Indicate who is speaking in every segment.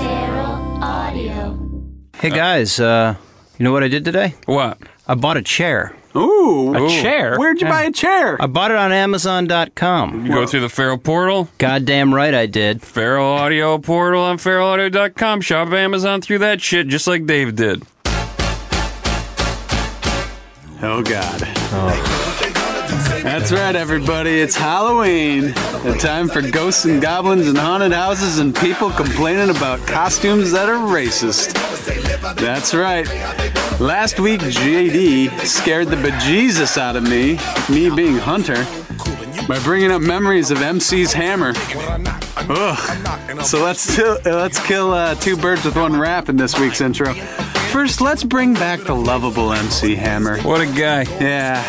Speaker 1: Feral Audio.
Speaker 2: Hey guys, uh, you know what I did today?
Speaker 3: What?
Speaker 2: I bought a chair.
Speaker 4: Ooh,
Speaker 3: A
Speaker 4: chair. Where'd you buy a chair?
Speaker 2: I bought it on Amazon.com.
Speaker 3: You go through the Feral portal,
Speaker 2: Goddamn right I did.
Speaker 3: Feral Audio portal on feralaudio.com. Shop Amazon through that shit, just like Dave did.
Speaker 4: Oh God. That's right, everybody. It's Halloween. The time for ghosts and goblins and haunted houses and people complaining about costumes that are racist. That's right. Last week, JD scared the bejesus out of me, me being Hunter, by bringing up memories of MC's hammer. Ugh. So let's till- let's kill uh, two birds with one rap in this week's intro. First, let's bring back the lovable MC Hammer.
Speaker 3: What a guy.
Speaker 4: Yeah.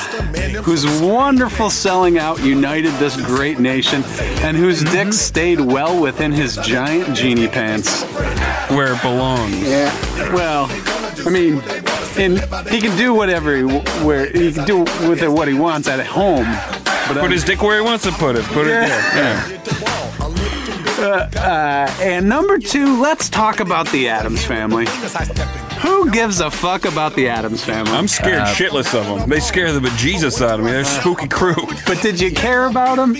Speaker 4: Whose wonderful selling out united this great nation and whose dick stayed well within his giant genie pants.
Speaker 3: Where it belongs.
Speaker 4: Yeah. Well, I mean, and he can do whatever he where he can do with it what he wants at home. But,
Speaker 3: Put
Speaker 4: um,
Speaker 3: his dick where he wants to put it. Put it there. Yeah.
Speaker 4: uh, and number 2, let's talk about the Adams family. Who gives a fuck about the Adams family?
Speaker 3: I'm scared shitless of them. They scare the bejesus out of me. They're a spooky crew.
Speaker 4: but did you care about them?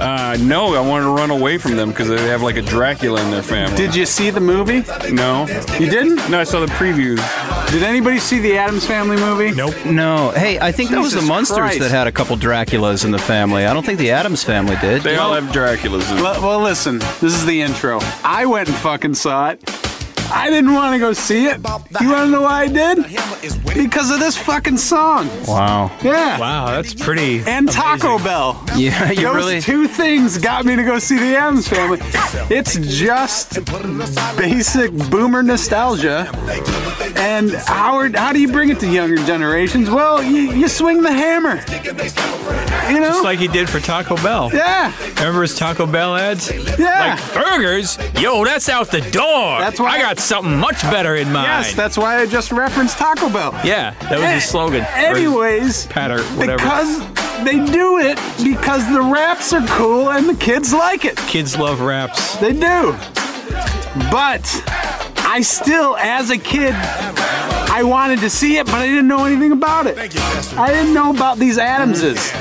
Speaker 3: Uh, no, I wanted to run away from them because they have like a Dracula in their family.
Speaker 4: Did you see the movie?
Speaker 3: No.
Speaker 4: You didn't?
Speaker 3: No, I saw the preview.
Speaker 4: Did anybody see the Adams family movie? Nope.
Speaker 2: No, hey, I think that was the
Speaker 4: Jesus
Speaker 2: Munsters
Speaker 4: Christ.
Speaker 2: that had a couple Draculas in the family. I don't think the Adams family did.
Speaker 3: They all have Draculas in them.
Speaker 4: Well, well, listen, this is the intro. I went and fucking saw it. I didn't want to go see it. You want to know why I did? Because of this fucking song.
Speaker 2: Wow.
Speaker 4: Yeah.
Speaker 5: Wow, that's pretty.
Speaker 4: And Taco Bell.
Speaker 2: Yeah, you
Speaker 4: Those
Speaker 2: really.
Speaker 4: two things got me to go see the Adams Family. It's just basic boomer nostalgia. And Howard, how do you bring it to younger generations? Well, you, you swing the hammer. You know?
Speaker 5: Just like he did for Taco Bell.
Speaker 4: yeah.
Speaker 5: Remember his Taco Bell ads?
Speaker 4: Yeah.
Speaker 5: Like burgers? Yo, that's out the door.
Speaker 4: That's why-
Speaker 5: I got something much better in mind.
Speaker 4: yes, that's why I just referenced Taco Bell.
Speaker 5: yeah, that was his slogan. or his
Speaker 4: Anyways,
Speaker 5: pat or whatever.
Speaker 4: because they do it because the raps are cool and the kids like it.
Speaker 5: Kids love raps.
Speaker 4: They do. But I still, as a kid, I wanted to see it, but I didn't know anything about it. I didn't know about these Adamses.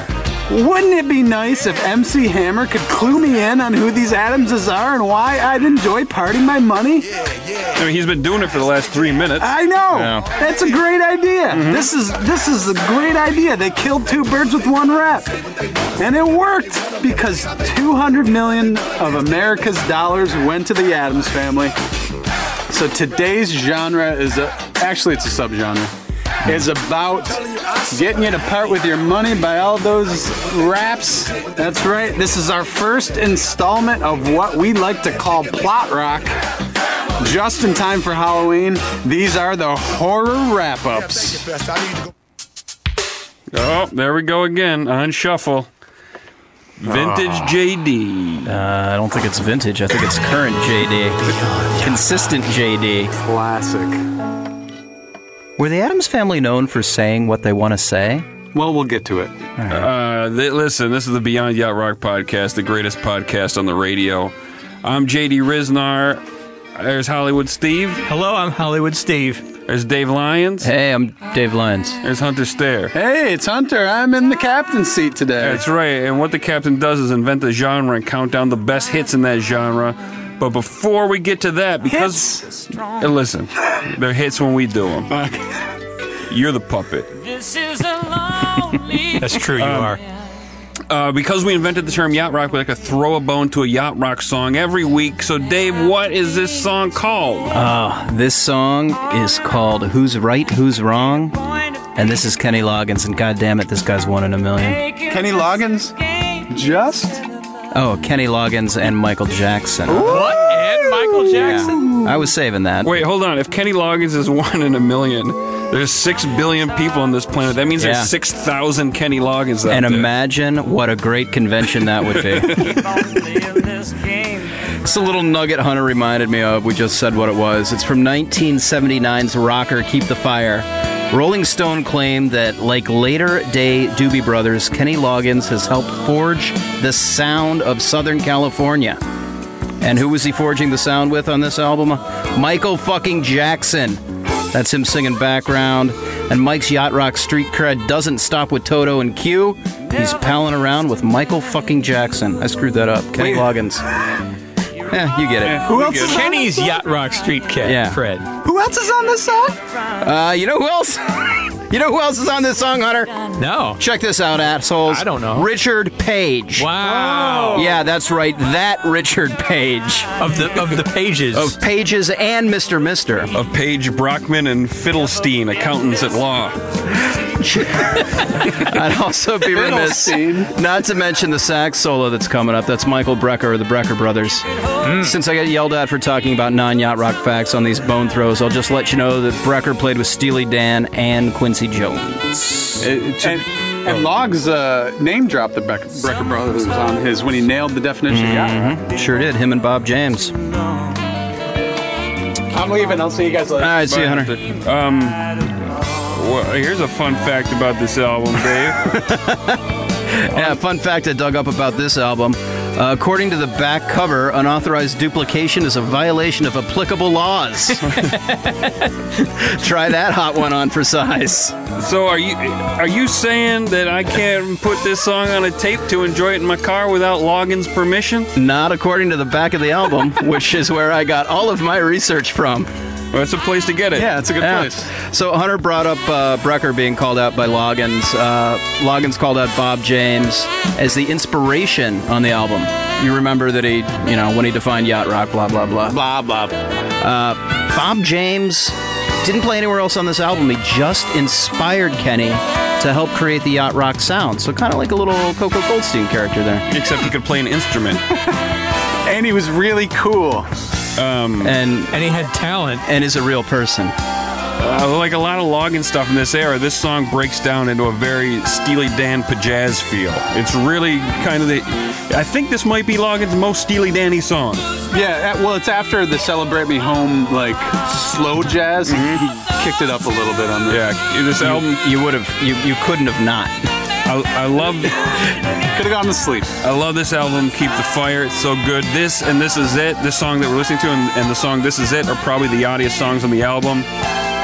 Speaker 4: Wouldn't it be nice if MC Hammer could clue me in on who these Adamses are and why I'd enjoy parting my money?
Speaker 3: I mean, he's been doing it for the last three minutes.
Speaker 4: I know.
Speaker 2: Yeah.
Speaker 4: That's a great idea. This is this is a great idea. They killed two birds with one rep. And it worked because 200 million of America's dollars went to the Adams family. So today's genre is a actually it's a subgenre. Is about getting you to part with your money by all those raps. That's right. This is our first installment of what we like to call plot rock. Just in time for Halloween, these are the horror wrap ups.
Speaker 3: Oh, there we go again. On shuffle. Vintage JD.
Speaker 2: Uh, I don't think it's vintage. I think it's current JD. Consistent JD.
Speaker 4: Classic.
Speaker 2: Were the Adams family known for saying what they want to say?
Speaker 4: Well, we'll get to it.
Speaker 3: Uh, th- listen, this is the Beyond Yacht Rock podcast, the greatest podcast on the radio. I'm JD Riznar. There's Hollywood Steve.
Speaker 5: Hello, I'm Hollywood Steve.
Speaker 3: There's Dave Lyons.
Speaker 2: Hey, I'm Dave Lyons.
Speaker 3: There's Hunter Stair.
Speaker 4: Hey, it's Hunter. I'm in the captain's seat today.
Speaker 3: That's right. And what the captain does is invent a genre and count down the best hits in that genre. But before we get to that, because Uh, listen, they're hits when we do them. You're the puppet.
Speaker 5: That's true, you
Speaker 4: Um,
Speaker 5: are.
Speaker 3: Uh, because we invented the term yacht rock, we like to throw a bone to a yacht rock song every week. So, Dave, what is this song called?
Speaker 2: This song is called Who's Right, Who's Wrong? And this is Kenny Loggins, and God damn it, this guy's one in a million.
Speaker 4: Kenny Loggins? Just?
Speaker 2: Oh, Kenny Loggins and Michael Jackson.
Speaker 5: What? And Michael Jackson?
Speaker 2: I was saving that.
Speaker 3: Wait, hold on. If Kenny Loggins is one in a million, there's six billion people on this planet. That means
Speaker 2: Yeah.
Speaker 3: there's six thousand Kenny Loggins out
Speaker 2: and
Speaker 3: there.
Speaker 2: imagine what a great convention that would be. it's a little nugget Hunter reminded me of. We just said what it was. It's from 1979's rocker Keep the Fire. Rolling Stone claimed that, like later day Doobie Brothers, Kenny Loggins has helped forge the sound of Southern California. And who was he forging the sound with on this album? Michael fucking Jackson. That's him singing background. And Mike's Yacht Rock street cred doesn't stop with Toto and Q. He's palling around with Michael fucking Jackson. I screwed that up. Kenny Loggins. Eh, you get it.
Speaker 4: Who else is on this
Speaker 5: Kenny's
Speaker 4: song?
Speaker 5: Yacht Rock Street Cat.
Speaker 2: Yeah.
Speaker 5: Fred.
Speaker 4: Who else is on this song?
Speaker 2: Uh, you know who else? you know who else is on this song, Hunter?
Speaker 5: No.
Speaker 2: Check this out, assholes.
Speaker 5: I don't know.
Speaker 2: Richard Page.
Speaker 5: Wow.
Speaker 2: Yeah, that's right. That Richard Page.
Speaker 5: Of the of the pages.
Speaker 2: Of Pages and Mr. Mister.
Speaker 3: Of Paige Brockman and Fiddlestein, accountants at law.
Speaker 2: I'd also be remiss
Speaker 4: Fiddlestein.
Speaker 2: not to mention the sax solo that's coming up. That's Michael Brecker of the Brecker Brothers. Since I got yelled at for talking about non yacht rock facts on these bone throws, I'll just let you know that Brecker played with Steely Dan and Quincy Jones.
Speaker 4: And, and Logs uh, name dropped the Beck- Brecker Brothers on his when he nailed the definition. Yeah,
Speaker 2: Sure did, him and Bob James. All
Speaker 4: I'm leaving. I'll see you guys later.
Speaker 2: right, see you, Hunter.
Speaker 3: Um, well, here's a fun fact about this album, Dave.
Speaker 2: Yeah, fun fact I dug up about this album. Uh, according to the back cover, unauthorized duplication is a violation of applicable laws. Try that hot one on for size.
Speaker 3: so are you are you saying that I can't put this song on a tape to enjoy it in my car without Logan's permission?
Speaker 2: Not according to the back of the album, which is where I got all of my research from.
Speaker 3: Well, that's a place to get it.
Speaker 4: Yeah, it's a good
Speaker 2: Yeah.
Speaker 4: place.
Speaker 2: So Hunter brought up uh, Brecker being called out by Loggins. Uh, Loggins called out Bob James as the inspiration on the album. You remember that he, you know, when he defined yacht rock, blah blah blah. Uh,
Speaker 4: Blah blah.
Speaker 2: Bob James didn't play anywhere else on this album. He just inspired Kenny to help create the yacht rock sound. So kind of like a little Coco Goldstein character there.
Speaker 3: Except he could play an instrument.
Speaker 4: And he was really cool. Hmm.
Speaker 2: And
Speaker 5: and he had talent.
Speaker 2: and is a real person.
Speaker 3: Uh, like a lot of logging stuff in this era, this song breaks down into a very Steely Dan pajazz feel. It's really kind of the. I think this might be Logan's most Steely Danny song.
Speaker 4: Yeah, uh, well, it's after the "Celebrate Me Home" like slow jazz. He- He kicked it up a little bit on the.
Speaker 3: Yeah, this album.
Speaker 2: You would have you you couldn't have not.
Speaker 3: I, I love.
Speaker 4: Could have gone to sleep.
Speaker 3: I love this album. Keep the fire. It's so good. This and this is it. This song that we're listening to and, and the song this is it are probably the yachtiest songs on the album.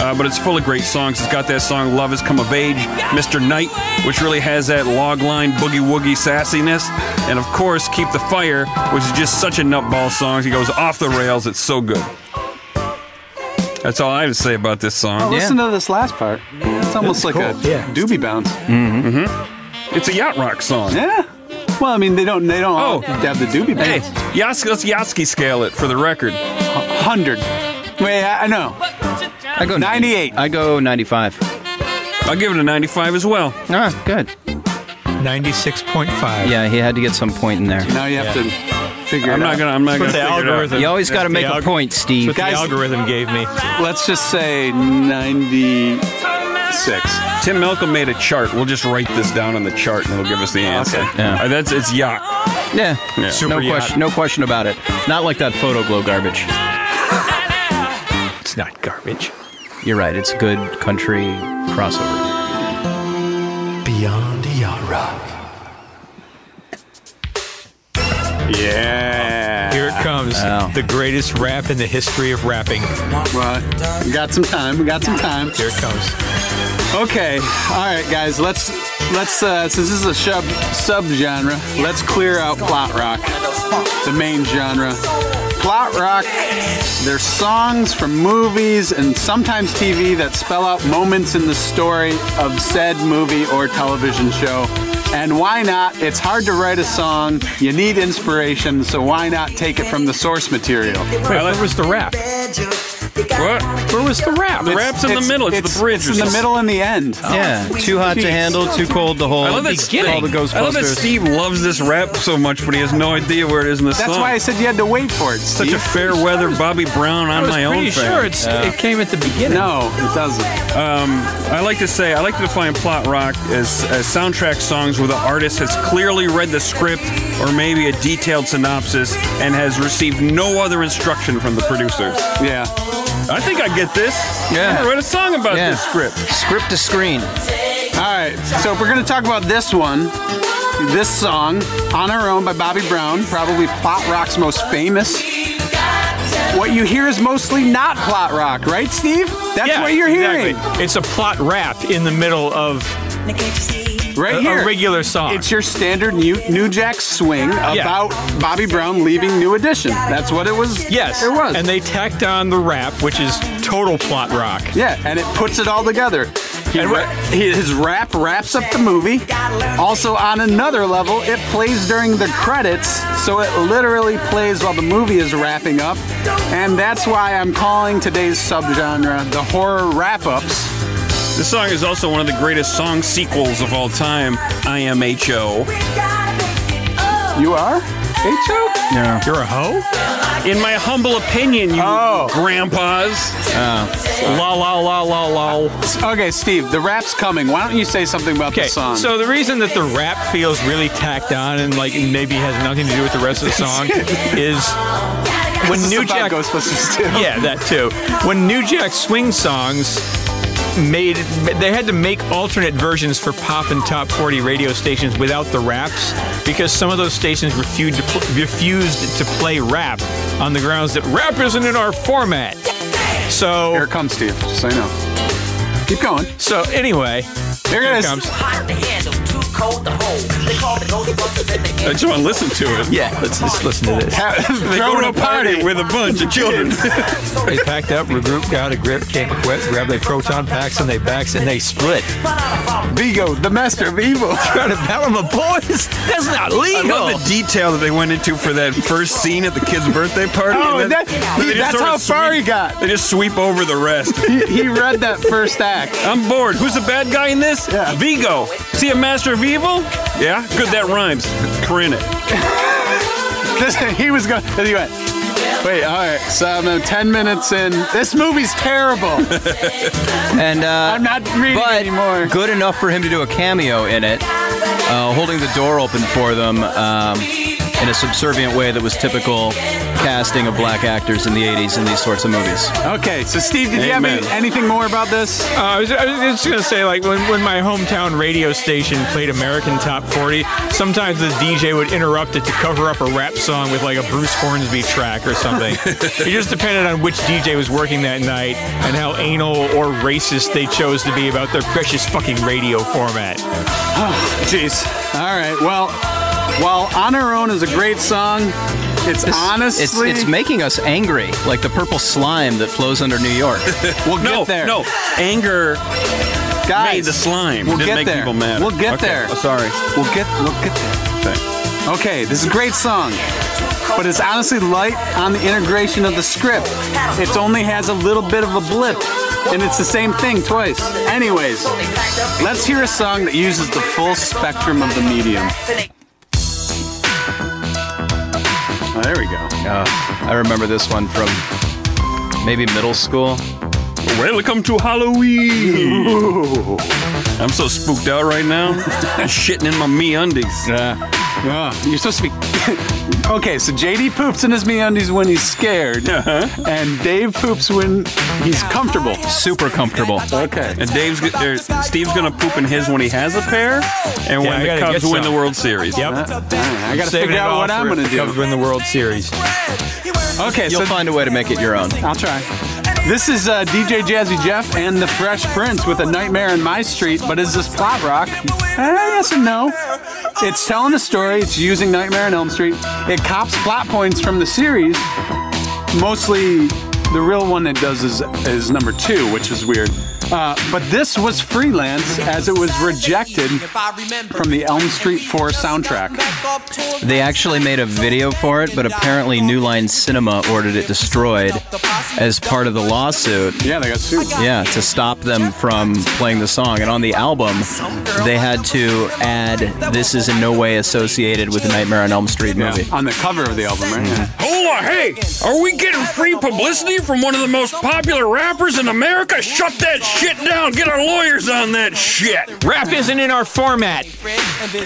Speaker 3: Uh, but it's full of great songs. It's got that song "Love Has Come of Age," "Mr. Knight," which really has that logline boogie woogie sassiness, and of course "Keep the Fire," which is just such a nutball song. He goes off the rails. It's so good. That's all I have to say about this
Speaker 4: Oh,
Speaker 3: song.
Speaker 4: listen to this last part. It's almost like a doobie bounce.
Speaker 3: It's a yacht rock song.
Speaker 4: Yeah. Well, I mean, they don't. They don't all
Speaker 3: Oh.
Speaker 4: have the doobie
Speaker 3: Hey,
Speaker 4: bounce.
Speaker 3: Yas- let's Yatsky scale it for the record.
Speaker 4: Hundred. Wait, I, I know.
Speaker 2: I go
Speaker 4: 98.
Speaker 2: I go 95.
Speaker 3: I'll give it a 95 as well.
Speaker 2: Ah, good.
Speaker 5: 96.5.
Speaker 2: Yeah, he had to get some point in there.
Speaker 4: Now you have to figure
Speaker 3: I'm
Speaker 4: it
Speaker 3: not
Speaker 4: out.
Speaker 3: gonna. I'm not
Speaker 5: That's
Speaker 3: gonna. figure it out.
Speaker 5: what the algorithm.
Speaker 2: You always got to
Speaker 5: that's
Speaker 2: make
Speaker 5: the
Speaker 2: a
Speaker 5: alg-
Speaker 2: point,
Speaker 5: That's
Speaker 2: Steve.
Speaker 5: what
Speaker 4: Guys-
Speaker 5: the algorithm gave me.
Speaker 4: Let's just say 96.
Speaker 3: Tim Malcolm made a chart. We'll just write this down on the chart, and it'll give us the answer.
Speaker 2: Yeah. Oh,
Speaker 3: Uh, that's it's yacht.
Speaker 2: Yeah,
Speaker 5: Super
Speaker 2: no
Speaker 5: yacht.
Speaker 2: question. No question about it. Not like that photo glow garbage.
Speaker 5: It's not garbage.
Speaker 2: You're right. It's good country crossover.
Speaker 5: Beyond a yacht rock.
Speaker 4: Yeah.
Speaker 5: Here it comes.
Speaker 2: Wow.
Speaker 5: The greatest rap in the history of rapping.
Speaker 4: Well, we got some time. We got some time.
Speaker 5: Here it comes.
Speaker 4: Okay. All right, guys. Let's let's uh, since this is a sub subgenre, let's clear out plot rock, the main genre. Plot rock. They're songs from movies and sometimes TV that spell out moments in the story of said movie or television show. And why not? It's hard to write a song. You need inspiration, so why not take it from the source material?
Speaker 5: Wait, where was the rap?
Speaker 3: What?
Speaker 5: Where was the rap?
Speaker 3: The rap's in the middle. It's, the bridge.
Speaker 4: It's in the middle and the end.
Speaker 2: Yeah, too hot to
Speaker 4: Jeez.
Speaker 2: handle, too cold to hold.
Speaker 3: I love, that Steve,
Speaker 2: All the
Speaker 3: I love that
Speaker 2: Ghostbusters.
Speaker 3: Steve loves this rap so much, but he has no idea where it is in the
Speaker 4: That's
Speaker 3: song.
Speaker 4: why I said you had to wait for it.
Speaker 3: such a
Speaker 4: Steve.
Speaker 3: fair weather Bobby Brown on
Speaker 5: I was
Speaker 3: my
Speaker 5: pretty
Speaker 3: own
Speaker 5: sure it's, it came at the beginning.
Speaker 4: no, it doesn't.
Speaker 3: I like to say I like to define plot rock as, as soundtrack songs where the artist has clearly read the script or maybe a detailed synopsis and has received no other instruction from the producers.
Speaker 4: Yeah.
Speaker 3: I think I get this.
Speaker 2: Yeah.
Speaker 3: I wrote a song about
Speaker 2: Yeah.
Speaker 3: this script.
Speaker 2: Script to screen.
Speaker 4: All right. So if we're gonna talk about this one, this song, "On Our Own" by Bobby Brown, probably pop rock's most famous What you hear is mostly not plot rock, right, Steve? That's
Speaker 6: yeah,
Speaker 4: what you're hearing
Speaker 6: Exactly. It's a plot rap in the middle of
Speaker 4: right
Speaker 6: a,
Speaker 4: here.
Speaker 6: a regular song.
Speaker 4: It's your standard New, New Jack swing about Bobby Brown leaving New Edition. That's what it was.
Speaker 6: yes.
Speaker 4: it was.
Speaker 6: And they tacked on the rap, which is total plot rock.
Speaker 4: yeah, and it puts it all together. He, ra- he- his rap wraps up the movie. Also, on another level, it plays during the credits, so it literally plays while the movie is wrapping up. And that's why I'm calling today's subgenre the horror wrap ups.
Speaker 3: This song is also one of the greatest song sequels of all time, IMHO.
Speaker 4: You are?
Speaker 6: H.O.?
Speaker 3: Yeah.
Speaker 6: You're a hoe?
Speaker 3: In my humble opinion, you
Speaker 4: Oh.
Speaker 3: grandpas.
Speaker 6: La la la la la.
Speaker 4: Okay, Steve, the rap's coming. Why don't you say something about
Speaker 6: Okay,
Speaker 4: the song?
Speaker 6: so the reason that the rap feels really tacked on and like maybe has nothing to do with the rest of the song is when
Speaker 4: This is
Speaker 6: New
Speaker 4: about
Speaker 6: Jack,
Speaker 4: Ghostbusters too.
Speaker 6: yeah, that too. When New Jack swing songs made, they had to make alternate versions for pop and top 40 radio stations without the raps because some of those stations refused to, pl- refused to play rap on the grounds that rap isn't in our format. So,
Speaker 4: Here it comes, Steve. Just so you know. Keep going.
Speaker 6: so anyway,
Speaker 4: Here it
Speaker 6: here
Speaker 4: is.
Speaker 6: comes.
Speaker 3: I just want to listen to it.
Speaker 6: Yeah, let's just listen to this.
Speaker 4: they
Speaker 3: Go to a party with a bunch of children.
Speaker 7: They packed up, regrouped, got a grip, came equipped, grabbed their proton packs on their backs, and they split.
Speaker 4: Vigo, the master of evil.
Speaker 7: Trying to battle my boys? That's not
Speaker 3: I
Speaker 7: legal.
Speaker 3: love the detail that they went into for that first scene at the kid's birthday party.
Speaker 4: Oh,
Speaker 3: and then-
Speaker 4: that-
Speaker 3: and they just
Speaker 4: that's
Speaker 3: sort
Speaker 4: how
Speaker 3: of
Speaker 4: far
Speaker 3: sweep-
Speaker 4: he got.
Speaker 3: They just sweep over the rest.
Speaker 4: He, he read that first act.
Speaker 3: I'm bored. Who's the bad guy in this?
Speaker 4: Yeah.
Speaker 3: Vigo. See a master of evil? Yeah. Good, that rhymes. Print it.
Speaker 4: This, he was going. He went. Wait, all right. So I'm uh, ten minutes in. This movie's terrible.
Speaker 2: And uh,
Speaker 4: I'm not reading
Speaker 2: but
Speaker 4: anymore.
Speaker 2: good enough for him to do a cameo in it, uh, holding the door open for them um, in a subservient way that was typical casting of black actors in the 80s in these sorts of movies.
Speaker 4: Okay, so Steve, did you have any,
Speaker 3: Amen.
Speaker 4: anything more about this?
Speaker 6: Uh, I, was, I was just gonna say, like when, when my hometown radio station played American Top 40, sometimes the DJ would interrupt it to cover up a rap song with like a Bruce Hornsby track or something. it just depended on which DJ was working that night and how anal or racist they chose to be about their precious fucking radio format.
Speaker 4: Jeez. All right. Well, while "On Our Own" is a great song, it's
Speaker 2: This-
Speaker 4: honestly
Speaker 2: it's, it's making us angry, like the purple slime that flows under New York.
Speaker 4: we'll get
Speaker 3: No,
Speaker 4: there.
Speaker 3: no. Anger
Speaker 4: guys,
Speaker 3: made the slime.
Speaker 4: We'll
Speaker 3: Didn't
Speaker 4: get
Speaker 3: make
Speaker 4: there.
Speaker 3: people mad.
Speaker 4: We'll get
Speaker 3: Okay,
Speaker 4: there.
Speaker 3: oh, sorry.
Speaker 4: We'll get we'll get there. Okay, this is a great song, but it's honestly light on the integration of the script. It only has a little bit of a blip, and it's the same thing twice. Anyways, let's hear a song that uses the full spectrum of the medium. Oh, there we go.
Speaker 2: Oh, I remember this one from maybe middle school.
Speaker 3: Welcome to Halloween. I'm so spooked out right now. I'm shitting in my me undies.
Speaker 4: Ugh, Ah, you're supposed to be. okay, so JD poops in his meundies when he's scared,
Speaker 2: Uh-huh.
Speaker 4: and Dave poops when he's comfortable.
Speaker 2: Super comfortable.
Speaker 4: Okay.
Speaker 3: And Dave's go- er, Steve's gonna poop in his when he has a pair, and
Speaker 6: Yeah,
Speaker 3: when
Speaker 6: we
Speaker 3: the
Speaker 6: gotta
Speaker 3: Cubs
Speaker 6: get
Speaker 3: win the
Speaker 6: some.
Speaker 3: World Series.
Speaker 4: I gotta figure out what I'm gonna do.
Speaker 6: Cubs win the World Series.
Speaker 4: Okay,
Speaker 2: You'll
Speaker 4: so
Speaker 2: find a way to make it your own.
Speaker 4: I'll try. This is uh, DJ Jazzy Jeff and the Fresh Prince with a Nightmare in My Street, but is this plot rock? Eh, yes and no. It's telling a story. It's using Nightmare on Elm Street. It cops plot points from the series. Mostly, the real one it does is is number two, which is weird. Uh, but this was freelance as it was rejected from the Elm Street 4 soundtrack.
Speaker 2: They actually made a video for it, but apparently New Line Cinema ordered it destroyed as part of the lawsuit.
Speaker 4: Yeah, they got sued.
Speaker 2: Yeah, to stop them from playing the song. And on the album, they had to add this is in no way associated with the Nightmare on Elm Street movie.
Speaker 4: On the cover of the album, right?
Speaker 3: Oh hey, are we getting free publicity from one of the most popular rappers in America? Shut that shit down. Get our lawyers on that shit.
Speaker 6: Rap isn't in our format.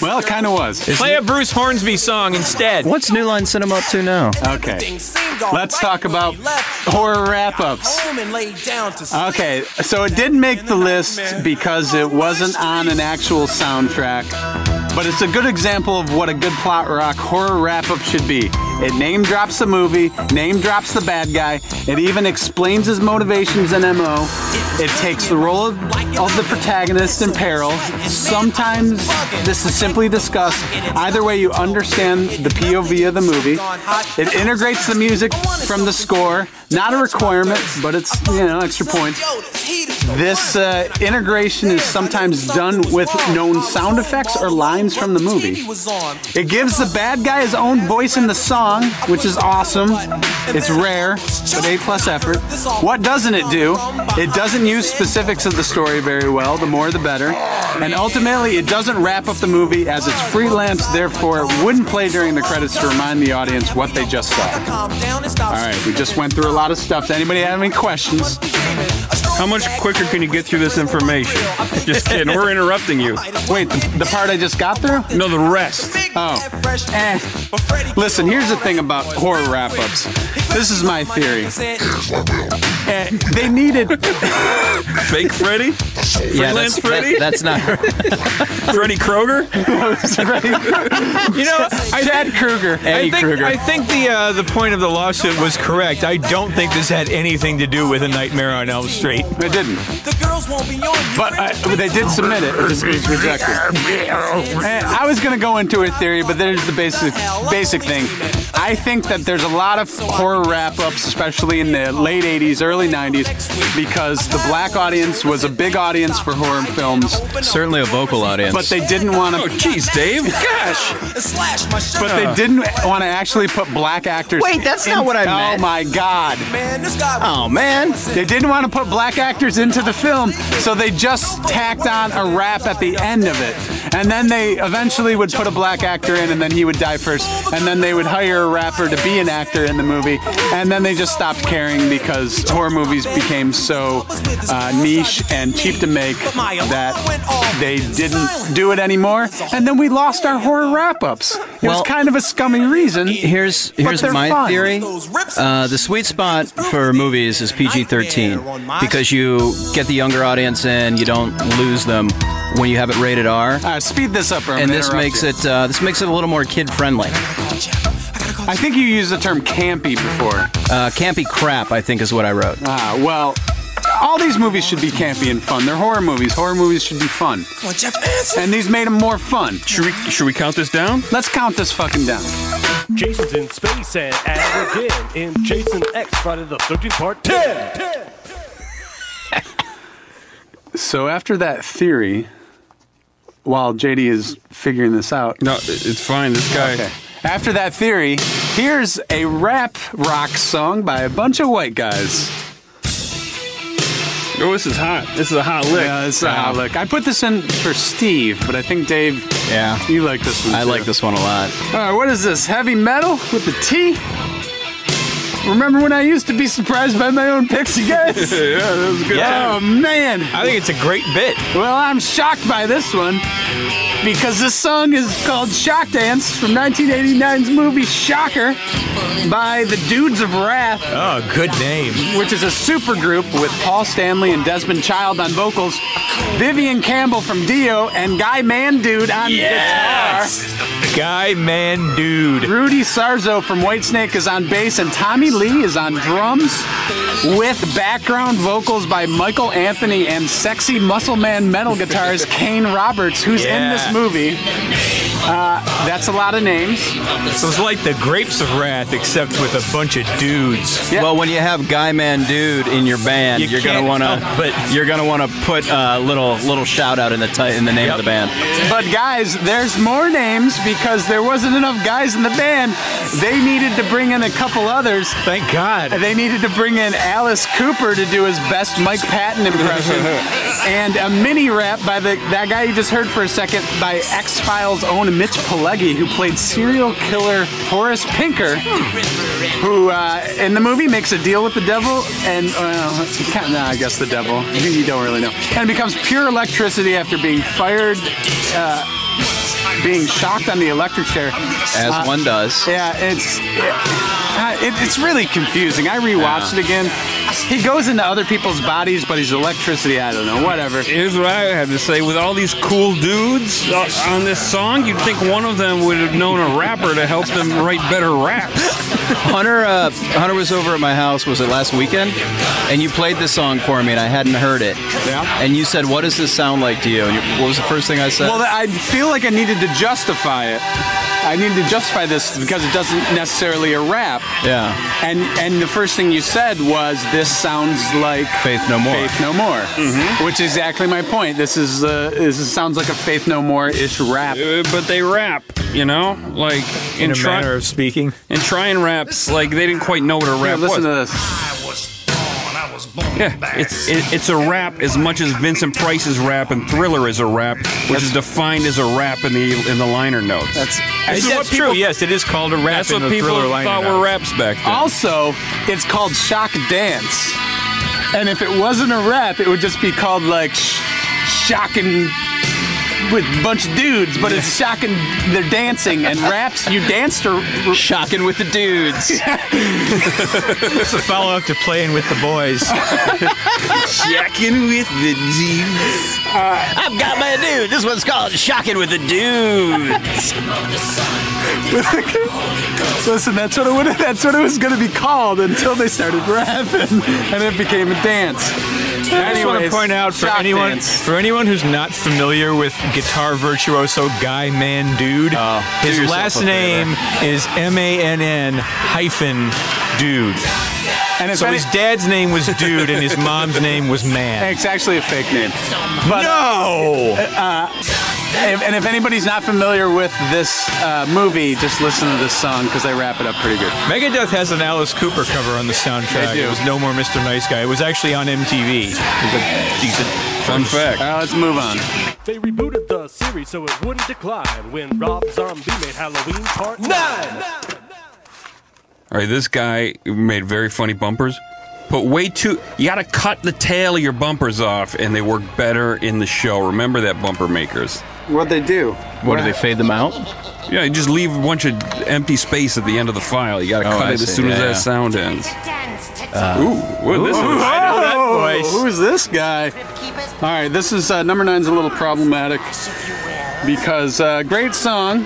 Speaker 4: Well, it kind of was.
Speaker 6: Play a Bruce Hornsby song instead.
Speaker 2: What's New Line Cinema up to now?
Speaker 4: Okay. Let's talk about horror wrap ups. Okay, so it didn't make the list because it wasn't on an actual soundtrack, but it's a good example of what a good plot rock horror wrap up should be. It name drops the movie, name drops the bad guy, it even explains his motivations and MO. It takes the role of, of the protagonist in peril. Sometimes this is simply discussed. Either way, you understand the POV of the movie. It integrates the music from the score. Not a requirement, but it's, you know, extra points. This uh, integration is sometimes done with known sound effects or lines from the movie. It gives the bad guy his own voice in the song, which is awesome. It's rare, but A plus effort. What doesn't it do? It doesn't use specifics of the story very well, the more the better. And ultimately, it doesn't wrap up the movie as it's freelance, therefore, it wouldn't play during the credits to remind the audience what they just saw. All right, we just went through a lot of stuff. Does anybody have any questions?
Speaker 3: How much quicker can you get through this information? Just kidding. We're interrupting you.
Speaker 4: Wait, the, the part I just got through?
Speaker 3: No, the rest.
Speaker 4: Oh. Eh. Listen, here's the thing about horror wrap ups. This is my theory. Eh, they needed.
Speaker 3: Fake Freddy?
Speaker 2: Yeah,
Speaker 3: Freelance
Speaker 2: that's,
Speaker 3: Freddy?
Speaker 2: that- that's not.
Speaker 3: Freddy Kroger?
Speaker 5: You know, I
Speaker 4: Chad Kruger.
Speaker 5: I
Speaker 4: Eddie
Speaker 5: think,
Speaker 4: Kruger.
Speaker 5: I think the uh, the point of the lawsuit was correct. I don't think this had anything to do with a Nightmare on Elm Street.
Speaker 4: They didn't. But uh, they did submit it. It was it was rejected. Eh, I was going to go into a theory, but there's the basic basic thing. I think that there's a lot of horror wrap ups, especially in the late 80s, early 90s, because the black audience was a big audience for horror films,
Speaker 2: Certainly a vocal audience.
Speaker 4: but they didn't want to.
Speaker 3: Oh, jeez, Dave. Gosh.
Speaker 4: But they didn't want to actually put black actors.
Speaker 2: Wait, that's not what I meant.
Speaker 4: Oh my God!
Speaker 2: oh man,
Speaker 4: They didn't want to put black actors into the film, so they just tacked on a rap at the end of it, and then they eventually would put a black actor in, and then he would die first, and then they would hire a rapper to be an actor in the movie, and then they just stopped caring because horror movies became so uh, niche and cheap to make that they didn't do it anymore, and then we lost our horror wrap-ups. It
Speaker 2: Well-
Speaker 4: was kind of a scummy reason.
Speaker 2: here's here's
Speaker 4: they're
Speaker 2: my
Speaker 4: fun.
Speaker 2: theory. Uh, the sweet spot for movies is PG-13 because you get the younger audience in, you don't lose them when you have it rated R,
Speaker 4: All right, Uh, speed this up, or I'm
Speaker 2: and
Speaker 4: gonna
Speaker 2: this
Speaker 4: interrupt
Speaker 2: makes
Speaker 4: you.
Speaker 2: it uh, this makes it a little more kid friendly.
Speaker 4: I think you used the term campy before.
Speaker 2: Uh, campy crap, I think, is what I wrote.
Speaker 4: Ah, well, all these movies should be campy and fun. They're horror movies. Horror movies should be fun. And these made them more fun.
Speaker 3: Should we, should we count this down?
Speaker 4: Let's count this fucking down.
Speaker 8: Jason's in space and at it again in Jason X Friday the 13th Part 10.
Speaker 4: So after that theory, while JD is figuring this out,
Speaker 3: No, it's fine. This guy.
Speaker 4: okay. After that theory, here's a rap rock song by a bunch of white guys.
Speaker 3: Oh, this is hot. This is a hot lick.
Speaker 4: Yeah, this is how I Uh, look. I put this in for Steve, but I think Dave,
Speaker 2: Yeah,
Speaker 4: you like this one.
Speaker 2: I
Speaker 4: too.
Speaker 2: like this one a lot.
Speaker 4: All right, what is this? Heavy metal with the T? Remember when I used to be surprised by my own picks, you guys?
Speaker 3: Yeah, that was a good.
Speaker 4: Oh man!
Speaker 5: I think it's a great bit.
Speaker 4: Well, I'm shocked by this one because this song is called "Shock Dance" from 1989's movie Shocker by the Dudes of Wrath
Speaker 5: Oh, good name.
Speaker 4: which is a supergroup with Paul Stanley and Desmond Child on vocals, Vivian Campbell from Dio, and Guy Mandude on
Speaker 5: Guy, man, dude.
Speaker 4: guitar. Rudy Sarzo from Whitesnake is on bass, and Tommy Lee is on drums, with background vocals by Michael Anthony and sexy muscle man metal guitarist Kane Roberts, who's in
Speaker 5: Yeah.
Speaker 4: this movie. Uh, that's a lot of names.
Speaker 5: So it's like the Grapes of Wrath, except with a bunch of dudes.
Speaker 4: Yeah.
Speaker 2: Well, when you have Guy Man Dude in your band,
Speaker 5: You
Speaker 2: you are gonna
Speaker 5: can't
Speaker 2: wanna
Speaker 5: help but-
Speaker 2: you're gonna wanna put a little little shout out in the ti- in the name of the band.
Speaker 4: But guys, there's more names because there wasn't enough guys in the band. They needed to bring in a couple others.
Speaker 5: Thank God.
Speaker 4: They needed to bring in Alice Cooper to do his best Mike Patton impression, and a mini rap by the that guy you just heard for a second by X Files' own Mitch Pileggi, who played serial killer Horace Pinker, who uh, in the movie makes a deal with the devil, and uh, he kind of, I guess the devil. You, you don't really know, and becomes pure electricity after being fired. Uh, being shocked on the electric chair.
Speaker 2: As one does.
Speaker 4: Yeah, it's. I, it, it's really confusing. I rewatched it again. He goes into other people's bodies, but he's electricity. I don't know. Whatever.
Speaker 3: Here's what I have to say: with all these cool dudes uh, on this song, you'd think one of them would have known a rapper to help them write better raps.
Speaker 2: Hunter, uh, Hunter was over at my house. Was it last weekend? And you played this song for me, and I hadn't heard it.
Speaker 4: Yeah.
Speaker 2: And you said, "What does this sound like to you?" And you, what was the first thing I said?
Speaker 4: Well, I feel like I needed to justify it. I needed to justify this because it doesn't necessarily a rap.
Speaker 2: yeah.
Speaker 4: And and the first thing you said was this sounds like
Speaker 2: Faith No More. Mm-hmm.
Speaker 4: Faith No More, which is exactly my point. This is uh, this is, sounds like a Faith No More ish rap.
Speaker 3: Uh, but they rap, you know, like
Speaker 6: in
Speaker 3: and
Speaker 6: a
Speaker 3: try
Speaker 6: manner of speaking.
Speaker 3: and trying raps like they didn't quite know what a
Speaker 4: Here,
Speaker 3: rap
Speaker 4: listen
Speaker 3: was.
Speaker 4: to this.
Speaker 3: Yeah, it's it, it's a rap as much as Vincent Price's rap and Thriller is a rap, which is defined as a rap in the in the liner notes.
Speaker 4: That's
Speaker 5: This is what
Speaker 3: that's
Speaker 5: people,
Speaker 3: true.
Speaker 5: yes, it is called a rap.
Speaker 3: That's what people thought were raps back then.
Speaker 4: also it's called Shock Dance, and if it wasn't a rap, it would just be called like sh- shocking. With a bunch of dudes, but it's shocking. They're dancing and raps. You dance to
Speaker 2: Shocking with the dudes.
Speaker 5: It's a follow up to playing with the boys.
Speaker 3: Jacking with the jeans.
Speaker 2: Uh, I've got my dude. This one's called "Shocking with the Dudes."
Speaker 4: Listen, that's what it would, that's what it was going to be called until they started rapping, and it became a dance.
Speaker 5: I just want to point out for anyone for anyone who's not familiar with guitar virtuoso Guy Man Dude, his
Speaker 2: yourself a
Speaker 5: last
Speaker 2: favor.
Speaker 5: name is M A N N hyphen Dude.
Speaker 4: and if
Speaker 5: So
Speaker 4: any-
Speaker 5: his dad's name was Dude and his mom's name was Man.
Speaker 4: it's actually a fake name. But,
Speaker 5: No,
Speaker 4: and, and if anybody's not familiar with this uh, movie, just listen to this song because they wrap it up pretty good.
Speaker 5: Megadeth has an Alice Cooper cover on the soundtrack.
Speaker 4: They do.
Speaker 5: It was No More Mr. Nice Guy. It was actually on MTV. It was a decent
Speaker 3: Fun fact.
Speaker 4: All right, let's move on.
Speaker 8: They rebooted the series so it wouldn't decline when Rob Zombie made Halloween Part 9.
Speaker 3: All right, this guy made very funny bumpers, but way too. You got to cut the tail of your bumpers off, and they work better in the show. Remember that, bumper makers.
Speaker 4: What'd they do?
Speaker 2: What do they fade them out?
Speaker 3: Yeah, you just leave a bunch of empty space at the end of the file. You got to
Speaker 2: Oh,
Speaker 3: cut
Speaker 2: I
Speaker 3: it
Speaker 2: see,
Speaker 3: as soon as
Speaker 2: yeah,
Speaker 3: that
Speaker 2: yeah.
Speaker 3: sound ends.
Speaker 4: Uh,
Speaker 3: Ooh, what this is.
Speaker 4: Oh,
Speaker 5: voice.
Speaker 4: who's this guy? All right, this is uh, number nine's a little problematic because uh, great song,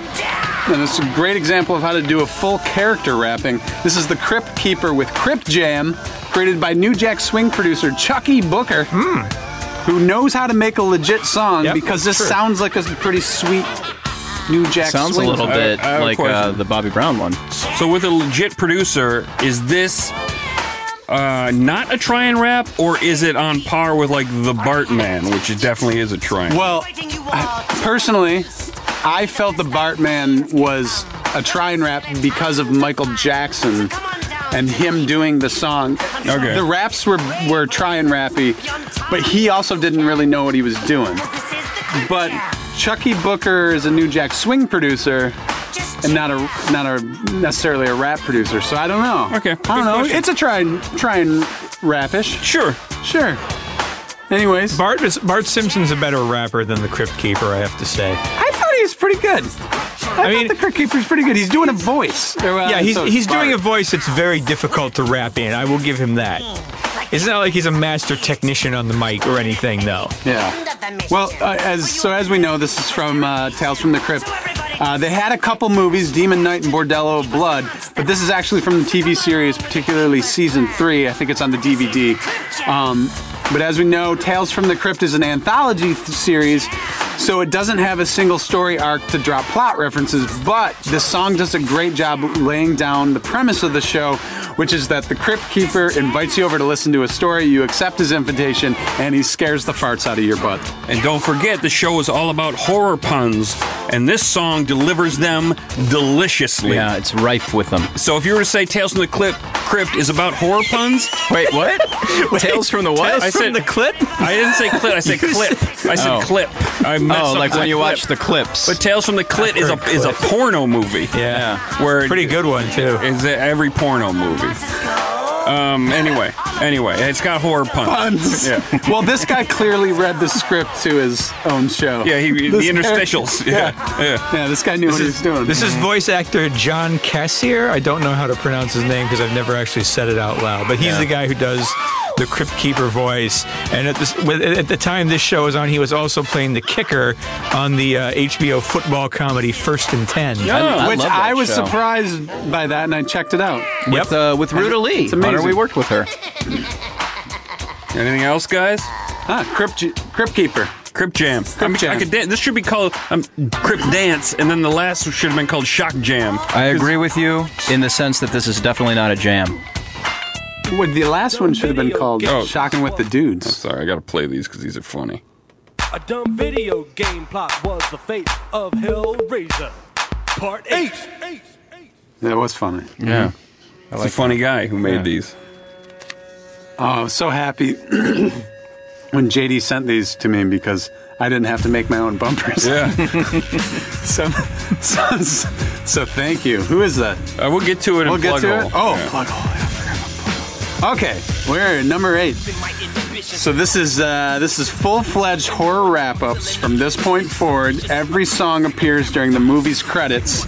Speaker 4: and it's a great example of how to do a full character rapping. This is the Crypt Keeper with Crypt Jam, created by New Jack Swing producer Chucky Booker, who knows how to make a legit song
Speaker 5: Yep,
Speaker 4: because this
Speaker 5: sure.
Speaker 4: sounds like a pretty sweet New Jack
Speaker 2: Sounds a
Speaker 4: Swing.
Speaker 2: little
Speaker 3: I-
Speaker 2: bit
Speaker 3: I have a
Speaker 2: like uh,
Speaker 3: question.
Speaker 2: the Bobby Brown one.
Speaker 3: So, with a legit producer, is this uh, not a try and rap, or is it on par with like the Bartman, which it definitely is a try and?
Speaker 4: Well, personally, I felt the Bartman was a try and rap because of Michael Jackson Mm. and him doing the song.
Speaker 3: Okay.
Speaker 4: The raps were were try and rappy, but he also didn't really know what he was doing. But Chucky Booker is a New Jack Swing producer and not a not a necessarily a rap producer, so I don't know.
Speaker 3: Okay,
Speaker 4: I don't
Speaker 3: good
Speaker 4: know.
Speaker 3: question.
Speaker 4: It's a try and try and rapish.
Speaker 3: Sure.
Speaker 4: Sure. Anyways,
Speaker 5: Bart is, Bart Simpson's a better rapper than the Crypt Keeper, I have to say.
Speaker 4: I thought he was pretty good. I, thought
Speaker 5: mean-
Speaker 4: the Crypt Keeper's pretty good. He's doing a voice. Uh,
Speaker 5: Yeah, he's, he's doing a voice that's very difficult to rap in. I will give him that. It's not like he's a master technician on the mic or anything, though.
Speaker 4: Yeah. Well, uh, as so as we know, this is from uh, Tales from the Crypt. Uh, they had a couple movies, Demon Knight and Bordello of Blood, but this is actually from the TV series, particularly season three. I think it's on the DVD. Um, but as we know, Tales from the Crypt is an anthology th- series, so it doesn't have a single story arc to drop plot references. But this song does a great job laying down the premise of the show, which is that the Crypt Keeper invites you over to listen to a story, you accept his invitation, and he scares the farts out of your butt.
Speaker 3: And don't forget, the show is all about horror puns, and this song delivers them deliciously.
Speaker 2: Yeah, it's rife with them.
Speaker 3: So if you were to say Tales from the Clip Crypt is about horror puns,
Speaker 2: Wait, what? Tales from the what?
Speaker 5: I
Speaker 3: from
Speaker 5: said,
Speaker 3: the
Speaker 5: the clip?
Speaker 3: I didn't say clip, I said clip. I said
Speaker 2: Oh.
Speaker 3: clip. I messed
Speaker 2: Oh,
Speaker 3: up
Speaker 2: like
Speaker 3: the
Speaker 2: when you
Speaker 3: clip.
Speaker 2: watch the clips.
Speaker 3: But Tales from the Clit is a is a porno movie.
Speaker 5: Yeah.
Speaker 3: Where
Speaker 5: Pretty good one, too.
Speaker 3: Is every porno movie. Um anyway. Anyway, it's got horror puns.
Speaker 4: Puns.
Speaker 3: Yeah.
Speaker 4: Well, this guy clearly read the script to his own show.
Speaker 3: Yeah, he, the
Speaker 4: This guy-
Speaker 3: interstitials. Yeah, yeah.
Speaker 4: Yeah, this guy knew what he was doing. Oh,
Speaker 6: This is voice actor John Cassier. I don't know how to pronounce his name because I've never actually said it out loud, but he's the guy who does the Crypt Keeper voice. And at, this, with- at the time this show was on, he was also playing the kicker on the uh, HBO football comedy First and Ten.
Speaker 2: I
Speaker 4: which
Speaker 2: love that
Speaker 4: I was
Speaker 2: show.
Speaker 4: surprised by that, and I checked it out.
Speaker 6: Yep.
Speaker 2: With, uh, with Ruta Lee.
Speaker 4: It's amazing.
Speaker 2: Hunter, we worked with her.
Speaker 3: Anything else, guys?
Speaker 4: Ah, Crypt, G- Crypt Keeper.
Speaker 3: Crip Jam. I, mean,
Speaker 4: Jam.
Speaker 3: I could dan- This should be called um, Crip Dance, and then the last should have been called Shock Jam.
Speaker 2: I agree with you in the sense that this is definitely not a jam.
Speaker 4: What the last one should have been called
Speaker 3: Oh.
Speaker 4: "Shocking with the Dudes."
Speaker 3: Sorry, I gotta play these because these are funny.
Speaker 8: A dumb video game plot was the fate of Hellraiser. Part 8. eight.
Speaker 4: That was funny.
Speaker 3: Yeah. Mm. It's a funny guy who made these.
Speaker 4: Oh, I was so happy when JD sent these to me because I didn't have to make my own bumpers.
Speaker 3: Yeah,
Speaker 4: So, so, so thank you. Who is that?
Speaker 3: uh, we'll get to it.
Speaker 4: We'll
Speaker 3: in
Speaker 4: get
Speaker 3: plug hole.
Speaker 4: to it. Oh,
Speaker 3: Yeah.
Speaker 4: plug hole. I forgot about plug hole. Okay, we're at number eight. So this is uh, this is full-fledged horror wrap-ups. From this point forward, every song appears during the movie's credits.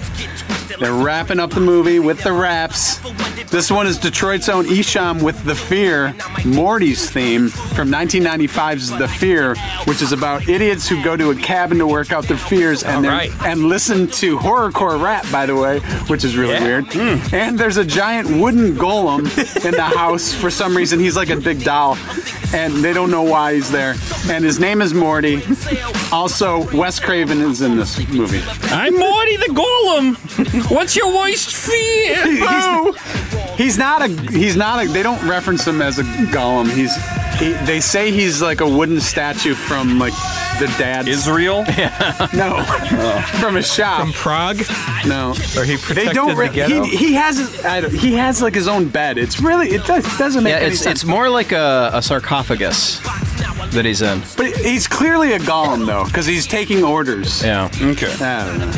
Speaker 4: They're wrapping up the movie with the raps. This one is Detroit's own Isham with The Fear, Morty's theme from 1995's The Fear, which is about idiots who go to a cabin to work out their fears and, then-
Speaker 6: All right.
Speaker 4: and listen to horrorcore rap, by the way, which is really weird.
Speaker 6: Hmm.
Speaker 4: And there's a giant wooden golem in the house for some reason. He's like a big doll, and they don't know why he's there. And his name is Morty. Also, Wes Craven is in this movie.
Speaker 3: I'm Morty the Golem. What's your worst fear?
Speaker 6: Oh.
Speaker 4: he's, he's not a he's not a they don't reference him as a golem he's he, they say he's like a wooden statue from like the dad's
Speaker 3: Israel.
Speaker 4: no from a shop
Speaker 6: From Prague,
Speaker 4: no
Speaker 6: or
Speaker 4: they
Speaker 6: he Oh. protected
Speaker 4: don't re-
Speaker 6: the ghetto.
Speaker 4: he, he has his- I don't- he has like his own bed it's really it does, doesn't make
Speaker 2: Yeah,
Speaker 4: any
Speaker 2: it's
Speaker 4: sense
Speaker 2: it's more like a, a sarcophagus that he's in.
Speaker 4: but he's clearly a golem though because he's taking orders
Speaker 2: Yeah.
Speaker 3: Okay.
Speaker 4: I don't know.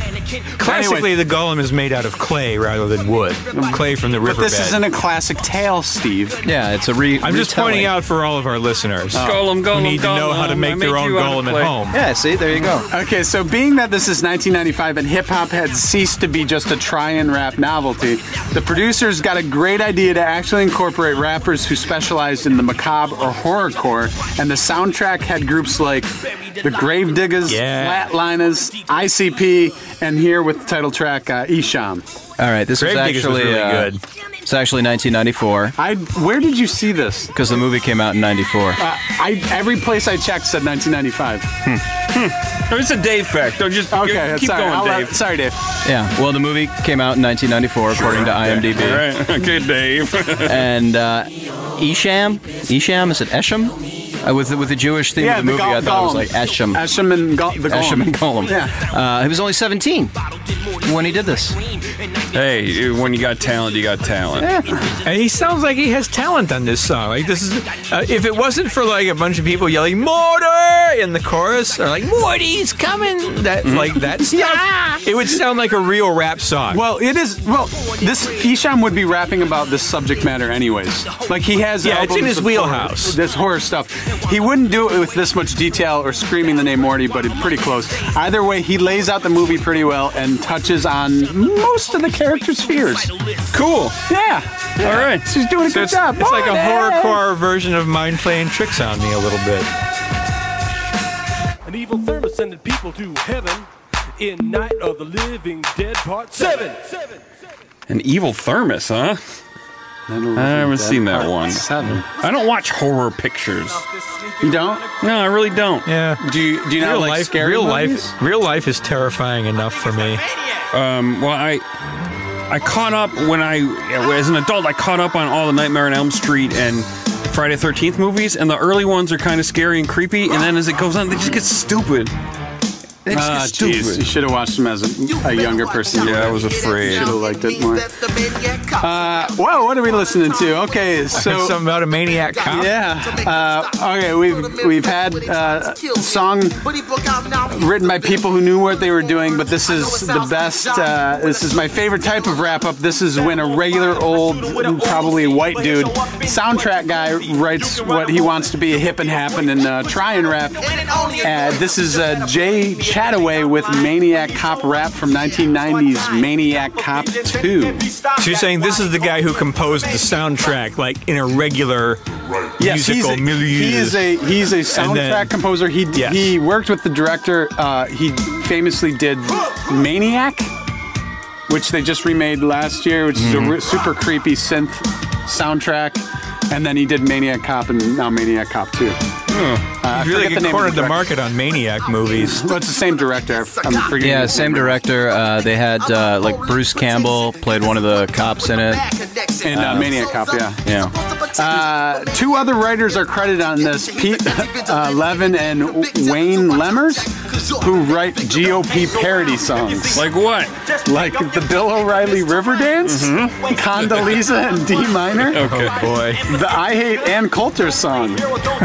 Speaker 6: Classically, the golem is made out of clay rather than wood. Clay from the riverbed.
Speaker 4: But this isn't a classic tale, Steve.
Speaker 2: Yeah, it's a re.
Speaker 6: I'm just
Speaker 2: retelling.
Speaker 6: pointing out for all of our listeners
Speaker 3: Golem, Oh. golem,
Speaker 6: who need to know how to
Speaker 3: golem, I
Speaker 6: make their
Speaker 3: made
Speaker 6: own
Speaker 3: you out of
Speaker 6: golem
Speaker 3: clay.
Speaker 6: at home.
Speaker 2: Yeah, see, there you go.
Speaker 4: Okay, so being that this is 1995 and hip hop had ceased to be just a try and rap novelty, the producers got a great idea to actually incorporate rappers who specialized in the macabre or horrorcore, and the soundtrack had groups like the Gravediggers,
Speaker 6: Yeah.
Speaker 4: Flatliners, ICP, and here with the title track uh, Isham.
Speaker 2: All right, this was
Speaker 6: Gravediggers was
Speaker 2: actually
Speaker 6: really
Speaker 2: uh,
Speaker 6: good.
Speaker 2: It's actually 1994
Speaker 4: I where did you see this?
Speaker 2: because the movie came out in '94.
Speaker 4: Uh, I every place I checked said 1995.
Speaker 3: Hmm. No, it's a Dave fact. Don't just
Speaker 4: Okay,
Speaker 3: you- keep
Speaker 4: sorry,
Speaker 3: going,
Speaker 4: I'll let-
Speaker 3: Dave.
Speaker 4: sorry, Dave.
Speaker 2: Yeah. Well, the movie came out in 1994 according to IMDb.
Speaker 3: All right. Okay, Dave.
Speaker 2: and uh, Esham, Esham, is it Esham? Uh, with the, with the Jewish theme
Speaker 4: Yeah,
Speaker 2: of the,
Speaker 4: the
Speaker 2: movie,
Speaker 4: Gol-
Speaker 2: I thought it was
Speaker 4: Golem.
Speaker 2: like Esham,
Speaker 4: Esham and Go- the
Speaker 2: Esham and Gollum.
Speaker 4: Yeah.
Speaker 2: Uh, he was only 17 when he did this.
Speaker 3: hey, when you got talent, you got talent.
Speaker 6: And he sounds like he has talent on this song. Like this is, uh, if it wasn't for like a bunch of people yelling "Mortar" in the chorus, or like "Morty's coming," that
Speaker 3: Mm-hmm.
Speaker 6: like that stuff, it would sound like a real rap song.
Speaker 4: Well, it is. Well, this Isham would be rapping about this subject matter, anyways. Like he has.
Speaker 6: Yeah, it's in
Speaker 4: albums
Speaker 6: his
Speaker 4: of
Speaker 6: wheelhouse.
Speaker 4: horror- this horror stuff. He wouldn't do it with this much detail or screaming the name Morty, but it, pretty close. Either way, he lays out the movie pretty well and touches on most of the characters' fears.
Speaker 3: Cool.
Speaker 4: Yeah.
Speaker 3: All right.
Speaker 4: So he's doing a
Speaker 6: So
Speaker 4: good
Speaker 6: it's,
Speaker 4: job.
Speaker 6: it's like a
Speaker 4: Morty!
Speaker 6: horrorcore version of mind playing tricks on me a little bit.
Speaker 8: An evil thermos sending people to heaven in Night of the Living Dead Part 7. seven.
Speaker 3: An evil thermos, huh? I haven't seen that one.
Speaker 4: Seven.
Speaker 3: I don't watch horror pictures.
Speaker 4: You don't?
Speaker 3: No, I really don't.
Speaker 6: Yeah.
Speaker 4: Do you? Do you
Speaker 6: Real
Speaker 4: not like
Speaker 6: life,
Speaker 4: scary
Speaker 6: real
Speaker 4: movies?
Speaker 6: life, real life is terrifying enough for me.
Speaker 3: Um, well, I I caught up when I as an adult. I caught up on all the Nightmare on Elm Street and Friday Thirteenth movies, and the early ones are kind of scary and creepy. And then as it goes on, they just get stupid.
Speaker 2: It's
Speaker 3: Ah,
Speaker 2: stupid.
Speaker 3: jeez.
Speaker 4: Uh, You should have watched him as a, a younger person.
Speaker 3: Yeah, I was afraid.
Speaker 4: Should've liked it more. Uh,
Speaker 9: Uh,
Speaker 4: whoa, what are we listening to? Okay, so
Speaker 6: Something about a maniac cop.
Speaker 4: yeah. Uh, okay, we've we've had uh, a song written by people who knew what they were doing, but this is the best. Uh, this is my favorite type of wrap up. This is when a regular old, probably white dude, soundtrack guy writes what he wants to be hip and happen and uh, try and rap. Uh, this is uh, Jay Chataway with Maniac Cop Rap from 1990's Maniac Cop 2.
Speaker 5: So you're saying this is the guy who composed the soundtrack, like in a regular musical
Speaker 4: he's a,
Speaker 5: milieu.
Speaker 4: He is a he's a soundtrack
Speaker 5: And then-
Speaker 4: composer. He
Speaker 5: Yes.
Speaker 4: he worked with the director. Uh, he famously did Maniac, which they just remade last year, which is
Speaker 5: Mm-hmm.
Speaker 4: a re- super creepy synth soundtrack. And then he did Maniac Cop and now Maniac Cop 2. Uh, I
Speaker 6: You
Speaker 4: forget
Speaker 6: really
Speaker 4: the name of
Speaker 6: cornered the,
Speaker 4: director.
Speaker 6: market on maniac movies.
Speaker 4: Well, it's the same director. I'm forgetting
Speaker 2: Yeah,
Speaker 4: his
Speaker 2: same
Speaker 4: name.
Speaker 2: director. Uh, they had uh, like Bruce Campbell played one of the cops in it. Um,
Speaker 4: In, uh, Maniac Cop, yeah.
Speaker 2: Yeah.
Speaker 4: Uh, two other writers are credited on this Pete uh, Levin and Wayne Lemmers, who write GOP parody songs
Speaker 3: Like what?
Speaker 4: like the Bill O'Reilly River Dance, Condoleezza and D Minor,
Speaker 3: Okay. boy.
Speaker 4: the I Hate Ann Coulter song.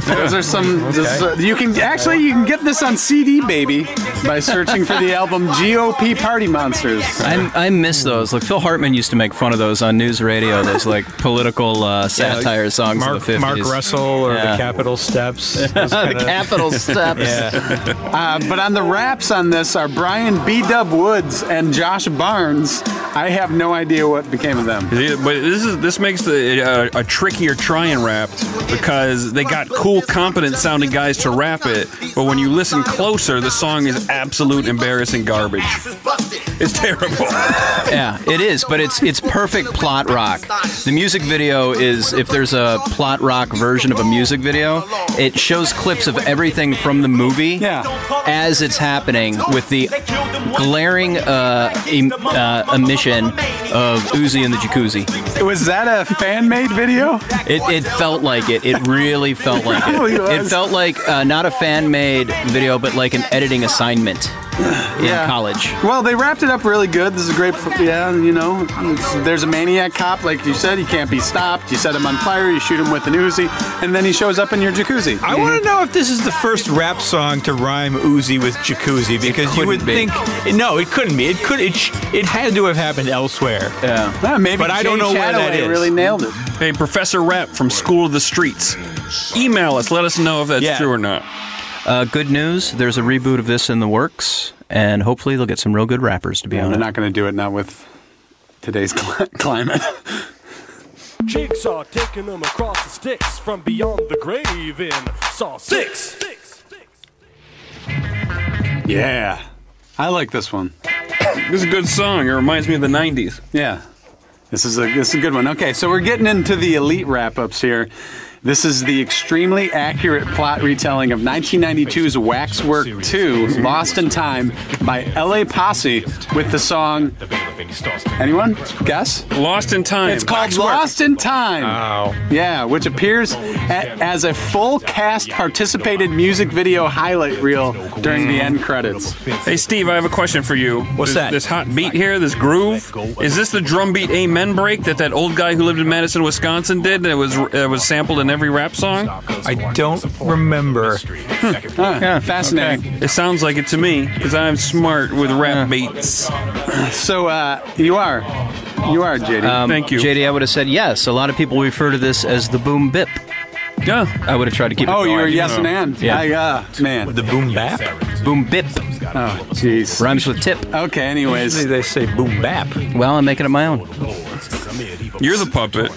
Speaker 4: Those are some. this- uh, you can actually you can get this on CD, baby, by searching for the album GOP Party Monsters.
Speaker 2: I, I miss those. Like Phil Hartman used to make fun of those on news radio. Those like political uh, satire songs
Speaker 6: Mark,
Speaker 2: of the 50s.
Speaker 6: Mark Russell or
Speaker 2: Yeah.
Speaker 6: the Capitol Steps. Those
Speaker 2: the
Speaker 6: kinda-
Speaker 2: capital steps.
Speaker 6: yeah.
Speaker 4: Uh, but on the raps on this are Brian B. Dub Woods and Josh Barnes. I have no idea what became of them.
Speaker 3: Yeah, But this is this makes the uh, a trickier try and rap because they got cool, competent sounding guys to rap it. But when you listen closer, the song is absolute embarrassing garbage. It's terrible.
Speaker 2: Yeah, it is, but it's it's perfect plot rock. The music video is if there's a plot rock version of a music video, it shows clips of everything from the movie
Speaker 4: Yeah.
Speaker 2: as it's happening with the glaring uh, em- uh, omission of Uzi and the Jacuzzi.
Speaker 4: Was that a fan made video?
Speaker 2: It, it felt like it. It really felt like
Speaker 4: Probably
Speaker 2: it. It
Speaker 4: was.
Speaker 2: felt like uh, not a fan made video, but like an editing assignment in college.
Speaker 4: Well, they wrapped it up really good. This is great. f- Yeah, you know, it's- there's a maniac cop, like you said, he can't be stopped. You set him on fire, you shoot him with an Uzi, and then he shows up in your jacuzzi.
Speaker 6: I want to know if this is the first rap song to rhyme Uzi with jacuzzi because you would
Speaker 2: couldn't be.
Speaker 6: think no, it couldn't be. It could it sh- it had to have happened elsewhere.
Speaker 4: Yeah, maybe
Speaker 6: But I
Speaker 4: Jay
Speaker 6: don't know where that
Speaker 4: Chataway
Speaker 6: is.
Speaker 4: really nailed it.
Speaker 3: hey, Professor Rap from School of the Streets, email us. Let us know if that's
Speaker 6: Yeah.
Speaker 3: true or not.
Speaker 2: Uh, good news. There's a reboot of this in the works, and hopefully they'll get some real good rappers to be on
Speaker 4: They're
Speaker 2: it.
Speaker 4: not going to do it, not with today's cli- climate.
Speaker 8: Jigsaw taking them across the sticks from beyond the grave in Saw 6.
Speaker 4: yeah. I like this one.
Speaker 3: This is a good song. It reminds me of the '90s.
Speaker 4: Yeah. This is a this is a good one. Okay, so we're getting into the elite wrap-ups here. This is the extremely accurate plot retelling of 1992's Waxwork 2, Lost in Time, by L.A. Posse, with the song. Anyone guess?
Speaker 3: Lost in Time.
Speaker 4: It's called Lost in Time. Yeah, which appears a, as a full cast participated music video highlight reel during the end credits.
Speaker 3: Hey Steve, I have a question for you. What's
Speaker 6: that?
Speaker 3: This hot beat here, this groove. Is this the drum beat "Amen" break that that old guy who lived in Madison, Wisconsin, did? That was that was sampled in every rap song.
Speaker 6: I don't remember.
Speaker 4: Huh, fascinating.
Speaker 3: It sounds like it to me because I'm smart with rap beats.
Speaker 4: So uh, you are, you are JD.
Speaker 6: Um,
Speaker 3: Thank you.
Speaker 2: JD, I would have said yes. A lot of people refer to this as the boom bip.
Speaker 3: Yeah.
Speaker 2: I would have tried to keep it
Speaker 4: Oh,
Speaker 2: going.
Speaker 4: you were yes and and.
Speaker 2: Yeah.
Speaker 4: I, uh, man.
Speaker 6: The boom bap.
Speaker 2: Boom bip.
Speaker 4: Oh, jeez.
Speaker 2: Rhymes with tip.
Speaker 4: Okay. Anyways,
Speaker 6: They say boom bap.
Speaker 2: Well, I'm making it my own.
Speaker 3: You're the puppet.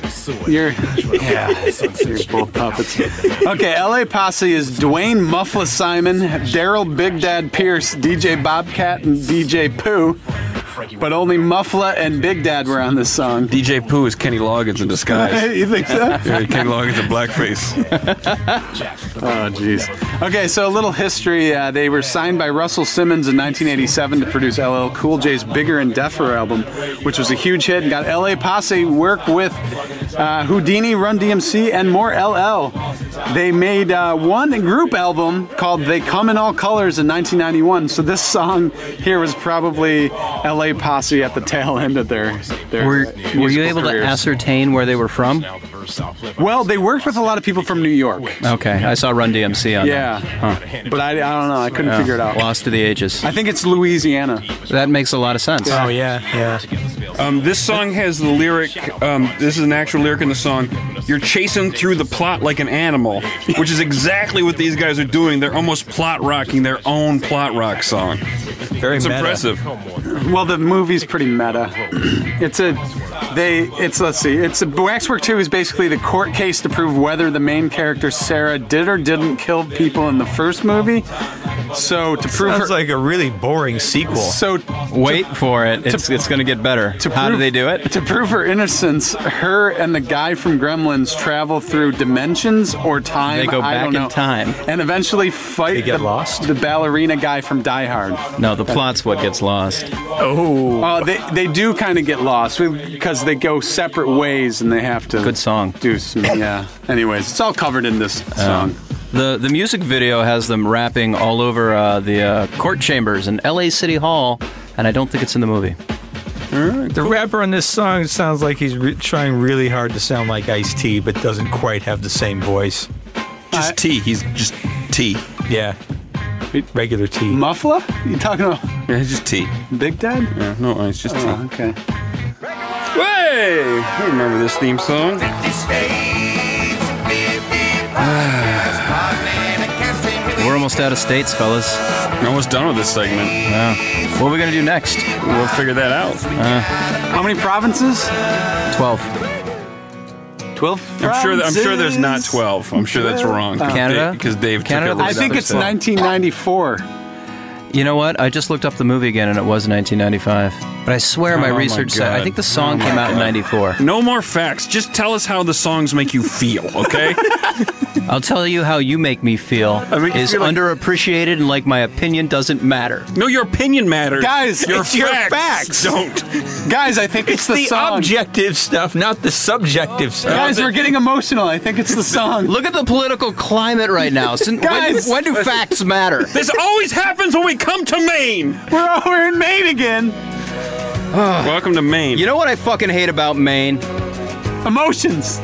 Speaker 4: you're yeah, you're both puppets. Okay. L.A. Posse is Dwayne Muffless Simon, Daryl Big Dad Pierce, DJ Bobcat, and DJ Pooh. But only Muffla and Big Dad were on this song.
Speaker 3: DJ Pooh is Kenny Loggins in disguise.
Speaker 4: you think so?
Speaker 3: Yeah, Kenny Loggins in blackface.
Speaker 4: Oh, jeez. Okay, so a little history. Uh, they were signed by Russell Simmons in 1987 to produce LL Cool J's Bigger and Deafer album, which was a huge hit and got LA Posse work with uh, Houdini, Run DMC, and more LL. They made uh, one group album called They Come in All Colors in 1991. So this song here was probably LA Posse at the tail end of their. their
Speaker 2: Were, were you
Speaker 4: musical
Speaker 2: able to
Speaker 4: careers.
Speaker 2: ascertain where they were from?
Speaker 4: Well, they worked with a lot of people from New York.
Speaker 2: Okay, I saw Run DMC on
Speaker 4: Yeah, but I, I don't know. I couldn't
Speaker 2: that.
Speaker 4: figure it out.
Speaker 2: Lost to the ages.
Speaker 4: I think it's Louisiana.
Speaker 2: That makes a lot of sense.
Speaker 6: Oh yeah, yeah.
Speaker 3: Um, this song has the lyric. Um, this is an actual lyric in the song. You're chasing through the plot like an animal, which is exactly what these guys are doing. They're almost plot rocking their own plot rock song.
Speaker 6: Very
Speaker 3: It's
Speaker 6: meta.
Speaker 3: impressive.
Speaker 4: Well, the movie's pretty meta. It's a, they, it's let's see, it's a Waxwork Two is basically the court case to prove whether the main character Sarah did or didn't kill people in the first movie. So to prove her,
Speaker 6: Sounds like a really boring sequel.
Speaker 4: so
Speaker 2: Wait for it. It's, it's going to get better.
Speaker 4: to
Speaker 2: How do
Speaker 4: prove-
Speaker 2: they do it?
Speaker 4: To prove her innocence, her and the guy from Gremlins travel through dimensions or time.
Speaker 2: They go
Speaker 4: I
Speaker 2: back
Speaker 4: don't
Speaker 2: in
Speaker 4: know,
Speaker 2: time.
Speaker 4: and eventually fight
Speaker 6: They get
Speaker 4: the,
Speaker 6: lost?
Speaker 4: the ballerina guy from Die Hard.
Speaker 2: No, the plot's what gets lost.
Speaker 4: Oh, they, they do kind of get lost because they go separate ways and they have to.
Speaker 2: Good song.
Speaker 4: Do some, yeah. Anyways, it's all covered in this song.
Speaker 2: The the music video has them rapping all over uh, the uh, court chambers in L.A. City Hall, and I don't think it's in the movie.
Speaker 6: the rapper on this song sounds like he's re- trying really hard to sound like Ice T, but doesn't quite have the same voice.
Speaker 3: Just T. He's just T.
Speaker 6: Yeah, regular T.
Speaker 4: Muffler? You talking about
Speaker 3: Yeah, it's just T.
Speaker 4: Big Dad?
Speaker 3: Yeah, no, it's just T.
Speaker 4: Oh, okay.
Speaker 3: Hey, I remember this theme song.
Speaker 2: We're almost out of states, fellas.
Speaker 3: We're almost done with this segment.
Speaker 2: What are we gonna do next?
Speaker 3: We'll figure that out.
Speaker 4: How many provinces?
Speaker 2: Twelve.
Speaker 4: 12
Speaker 3: I'm sure. That, I'm sure there's not
Speaker 4: provinces.
Speaker 3: 12. I'm sure that's wrong.
Speaker 4: Uh,
Speaker 2: Canada?
Speaker 3: because Dave took
Speaker 2: Canada?
Speaker 3: it right
Speaker 4: I think
Speaker 3: out
Speaker 4: it's
Speaker 3: of seven.
Speaker 4: 1994.
Speaker 2: You know what? I just looked up the movie again, and it was 1995. But I swear, my
Speaker 3: Oh my
Speaker 2: research said I
Speaker 3: God.
Speaker 2: think the song came out in '94.
Speaker 3: No more facts. Just tell us how the songs make you feel, okay?
Speaker 2: I'll tell you how you make me feel
Speaker 3: make you
Speaker 2: is
Speaker 3: feel like-
Speaker 2: underappreciated and like my opinion doesn't matter.
Speaker 3: no, your opinion matters.
Speaker 4: Guys,
Speaker 3: your
Speaker 4: it's
Speaker 3: facts,
Speaker 4: your facts.
Speaker 3: don't.
Speaker 4: Guys, I think it's,
Speaker 6: It's the, Oh,
Speaker 4: song.
Speaker 6: objective stuff, not the subjective stuff.
Speaker 4: Guys, we're getting emotional. I think it's the song.
Speaker 2: Look at the political climate right now. Sin-
Speaker 4: Guys!
Speaker 2: when, when do facts matter?
Speaker 3: This always happens when we come to Maine.
Speaker 4: we're over in Maine again.
Speaker 3: Welcome to Maine.
Speaker 2: You know what I fucking hate about Maine?
Speaker 4: Emotions.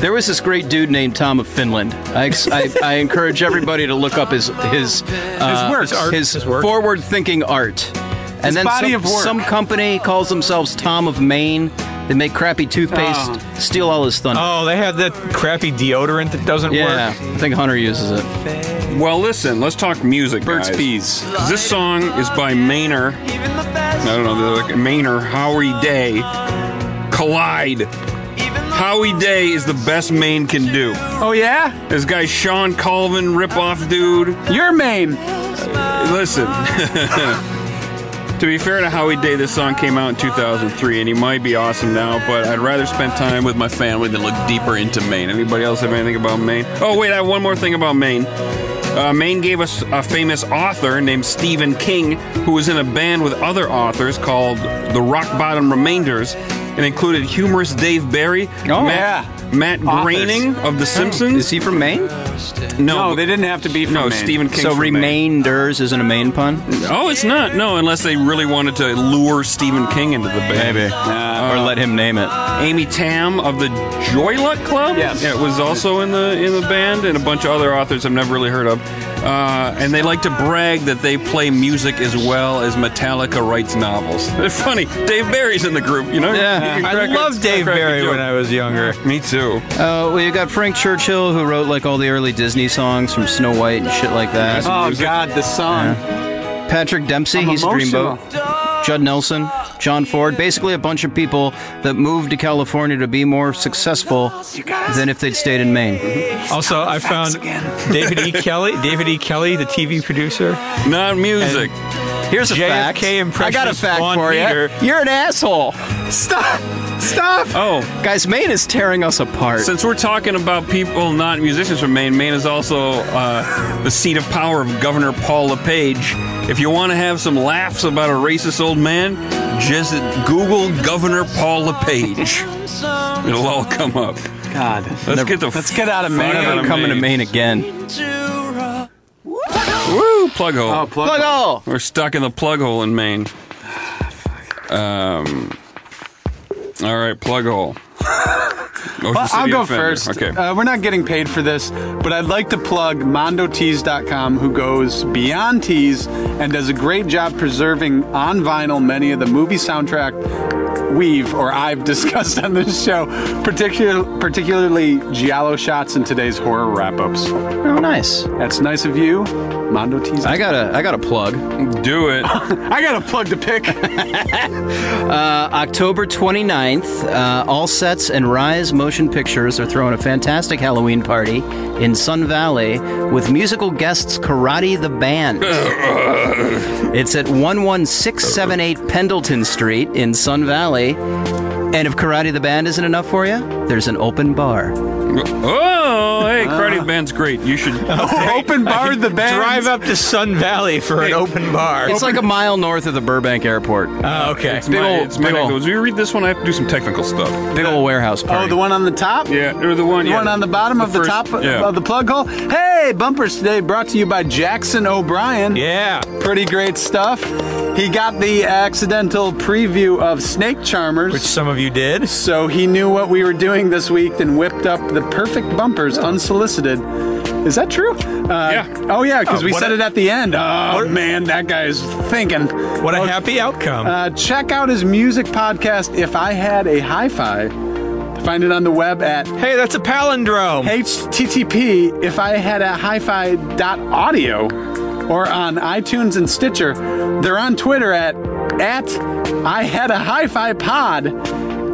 Speaker 2: There was this great dude named Tom of Finland. I, ex- I, I encourage everybody to look up his his uh,
Speaker 4: works.
Speaker 2: his,
Speaker 4: Art,
Speaker 6: his work.
Speaker 2: forward-thinking art. And then
Speaker 4: body
Speaker 2: some,
Speaker 4: of work.
Speaker 2: some company calls themselves Tom of Maine. They make crappy toothpaste,
Speaker 4: Oh.
Speaker 2: steal all his thunder.
Speaker 6: Oh, they have that crappy deodorant that doesn't
Speaker 2: yeah,
Speaker 6: work.
Speaker 2: I think Hunter uses it.
Speaker 3: well, listen, let's talk music,
Speaker 4: Burt's
Speaker 3: guys.
Speaker 4: Bees.
Speaker 3: This song is by Maynard. I don't know, they're like Maynard, Howie Day, Collide. Howie Day is the best Maine can do.
Speaker 4: Oh, yeah?
Speaker 3: This guy Sean Colvin, ripoff dude. Uh,
Speaker 4: You're Maine.
Speaker 3: Listen. To be fair to Howie Day, this song came out in 2003, and he might be awesome now, but I'd rather spend time with my family than look deeper into Maine. Anybody else have anything about Maine? Oh, wait, I have one more thing about Maine. Uh, Maine gave us a famous author named Stephen King, who was in a band with other authors called the Rock Bottom Remainders, and included humorous Dave Barry,
Speaker 4: Oh,
Speaker 3: Matt,
Speaker 4: yeah.
Speaker 3: Matt
Speaker 4: Authors.
Speaker 3: Groening of The
Speaker 2: Is
Speaker 3: Simpsons.
Speaker 2: he from Maine?
Speaker 4: No, they didn't have to be from
Speaker 3: No,
Speaker 4: Maine.
Speaker 3: Stephen King.
Speaker 2: so
Speaker 3: from Maine.
Speaker 2: remainders isn't a Maine pun.
Speaker 3: Oh, it's not. No, unless they really wanted to lure Stephen King into the band.
Speaker 2: Maybe. or let him name it.
Speaker 3: Amy Tam of the Joyluck Club.
Speaker 4: Yes.
Speaker 3: it was also in the in the band, and a bunch of other authors I've never really heard of. Uh, and they like to brag that they play music as well as Metallica writes novels. It's funny. Dave Barry's in the group, you know.
Speaker 2: Yeah.
Speaker 3: You can
Speaker 6: I
Speaker 3: crack a-
Speaker 6: loved Dave
Speaker 3: crack a
Speaker 6: Barry
Speaker 3: joke.
Speaker 6: when I was younger.
Speaker 3: Me too.
Speaker 2: Uh, well, you got Frank Churchill, who wrote like all the early Disney songs from Snow White and shit like that.
Speaker 4: Oh, God, the song.
Speaker 2: Patrick Dempsey,
Speaker 4: I'm
Speaker 2: he's
Speaker 4: emotional.
Speaker 2: Dreamboat. Judd Nelson, John Ford, basically a bunch of people that moved to California to be more successful than if they'd stayed in Maine.
Speaker 6: Also, I found David E. Kelly, David E. Kelly, the TV producer.
Speaker 3: Not music.
Speaker 2: Here's a
Speaker 6: JFK
Speaker 2: fact. I got a
Speaker 6: impressions
Speaker 2: fact
Speaker 6: on
Speaker 2: for
Speaker 6: Peter.
Speaker 2: you. You're an asshole.
Speaker 4: Stop!
Speaker 2: Stop!
Speaker 3: Oh,
Speaker 2: Guys, Maine is tearing us apart.
Speaker 3: since we're talking about people not musicians from Maine, Maine is also uh, the seat of power of Governor Paul LePage. If you want to have some laughs about a racist old man, just Google Governor Paul LePage. It'll all come up.
Speaker 4: God.
Speaker 3: Let's get the
Speaker 4: Let's get out of
Speaker 3: fuck
Speaker 4: Maine.
Speaker 3: out
Speaker 2: Never
Speaker 3: of
Speaker 2: coming to Maine again.
Speaker 3: Woo, plug hole.
Speaker 4: Oh, plug.
Speaker 2: Plug all!
Speaker 3: We're stuck in the plug hole in Maine. Um. All right, plug hole. Ocean
Speaker 4: Well, I'll
Speaker 3: City
Speaker 4: go
Speaker 3: Offender.
Speaker 4: first.
Speaker 3: Okay.
Speaker 4: Uh, we're not getting paid for this, but I'd like to plug MondoTees.com, who goes beyond teas and does a great job preserving on vinyl many of the movie soundtrack we've or I've discussed on this show, particular, particularly Giallo shots in today's horror wrap ups.
Speaker 2: Oh, nice.
Speaker 4: That's nice of you, MondoTees.
Speaker 2: I got a, I got a plug.
Speaker 3: Do it.
Speaker 4: I got a plug to pick.
Speaker 2: October 29th, uh, All Sets and Rise Motion Pictures are throwing a fantastic Halloween party in Sun Valley with musical guests Karate the Band. it's at 11678 Pendleton Street in Sun Valley. And if Karate the Band isn't enough for you, there's an open bar.
Speaker 3: Oh, hey, Karate Band's great. You should.
Speaker 4: Oh, Open bar the band. Oh,
Speaker 6: Drive up to Sun Valley for an open bar.
Speaker 2: It's like a mile north of the Burbank Airport.
Speaker 4: Uh,
Speaker 6: Oh, okay.
Speaker 3: It's my,
Speaker 2: old-
Speaker 3: it's my
Speaker 2: big old-
Speaker 3: neck. As we read this one, I have to do some technical stuff.
Speaker 2: Big old warehouse party.
Speaker 4: Oh, the one on the top?
Speaker 3: Yeah, or the one.
Speaker 4: The
Speaker 3: yeah,
Speaker 4: one on the bottom of the
Speaker 3: first-
Speaker 4: top
Speaker 3: yeah.
Speaker 4: of the plug hole. Hey, bumpers today brought to you by Jackson O'Brien.
Speaker 6: Yeah.
Speaker 4: Pretty great stuff. He got the accidental preview of Snake Charmers.
Speaker 6: Which some of you did.
Speaker 4: so he knew what we were doing this week, then whipped up the perfect bumpers unsolicited. Is that true? Uh,
Speaker 3: Yeah.
Speaker 4: Oh, yeah, because
Speaker 6: Oh,
Speaker 4: we
Speaker 6: what
Speaker 4: said
Speaker 6: a-
Speaker 4: it at the end. Oh, man, that guy is thinking.
Speaker 6: What a happy outcome.
Speaker 4: Uh, check out his music podcast, If I Had a Hi Fi. Find it on the web at
Speaker 6: hey, that's a palindrome.
Speaker 4: http if i had a hi-fi dot audio or on itunes and stitcher they're on twitter at at i had a hi-fi pod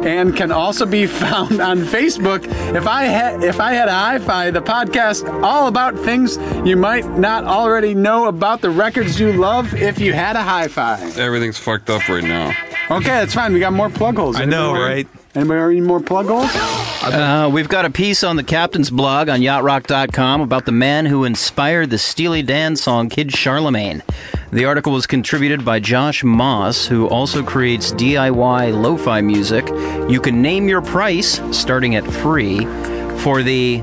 Speaker 4: and can also be found on facebook if i had if i had a hi-fi the podcast all about things you might not already know about the records you love if you had a hi-fi
Speaker 3: Everything's fucked up right now.
Speaker 4: okay that's fine we got more plug holes
Speaker 6: I know, right?
Speaker 4: anybody need more plug holes
Speaker 2: Uh, we've got a piece on the captain's blog on yachtrock.com about the man who inspired the Steely Dan song Kid Charlemagne. The article was contributed by Josh Moss, who also creates DIY lo fi music. You can name your price, starting at free, for the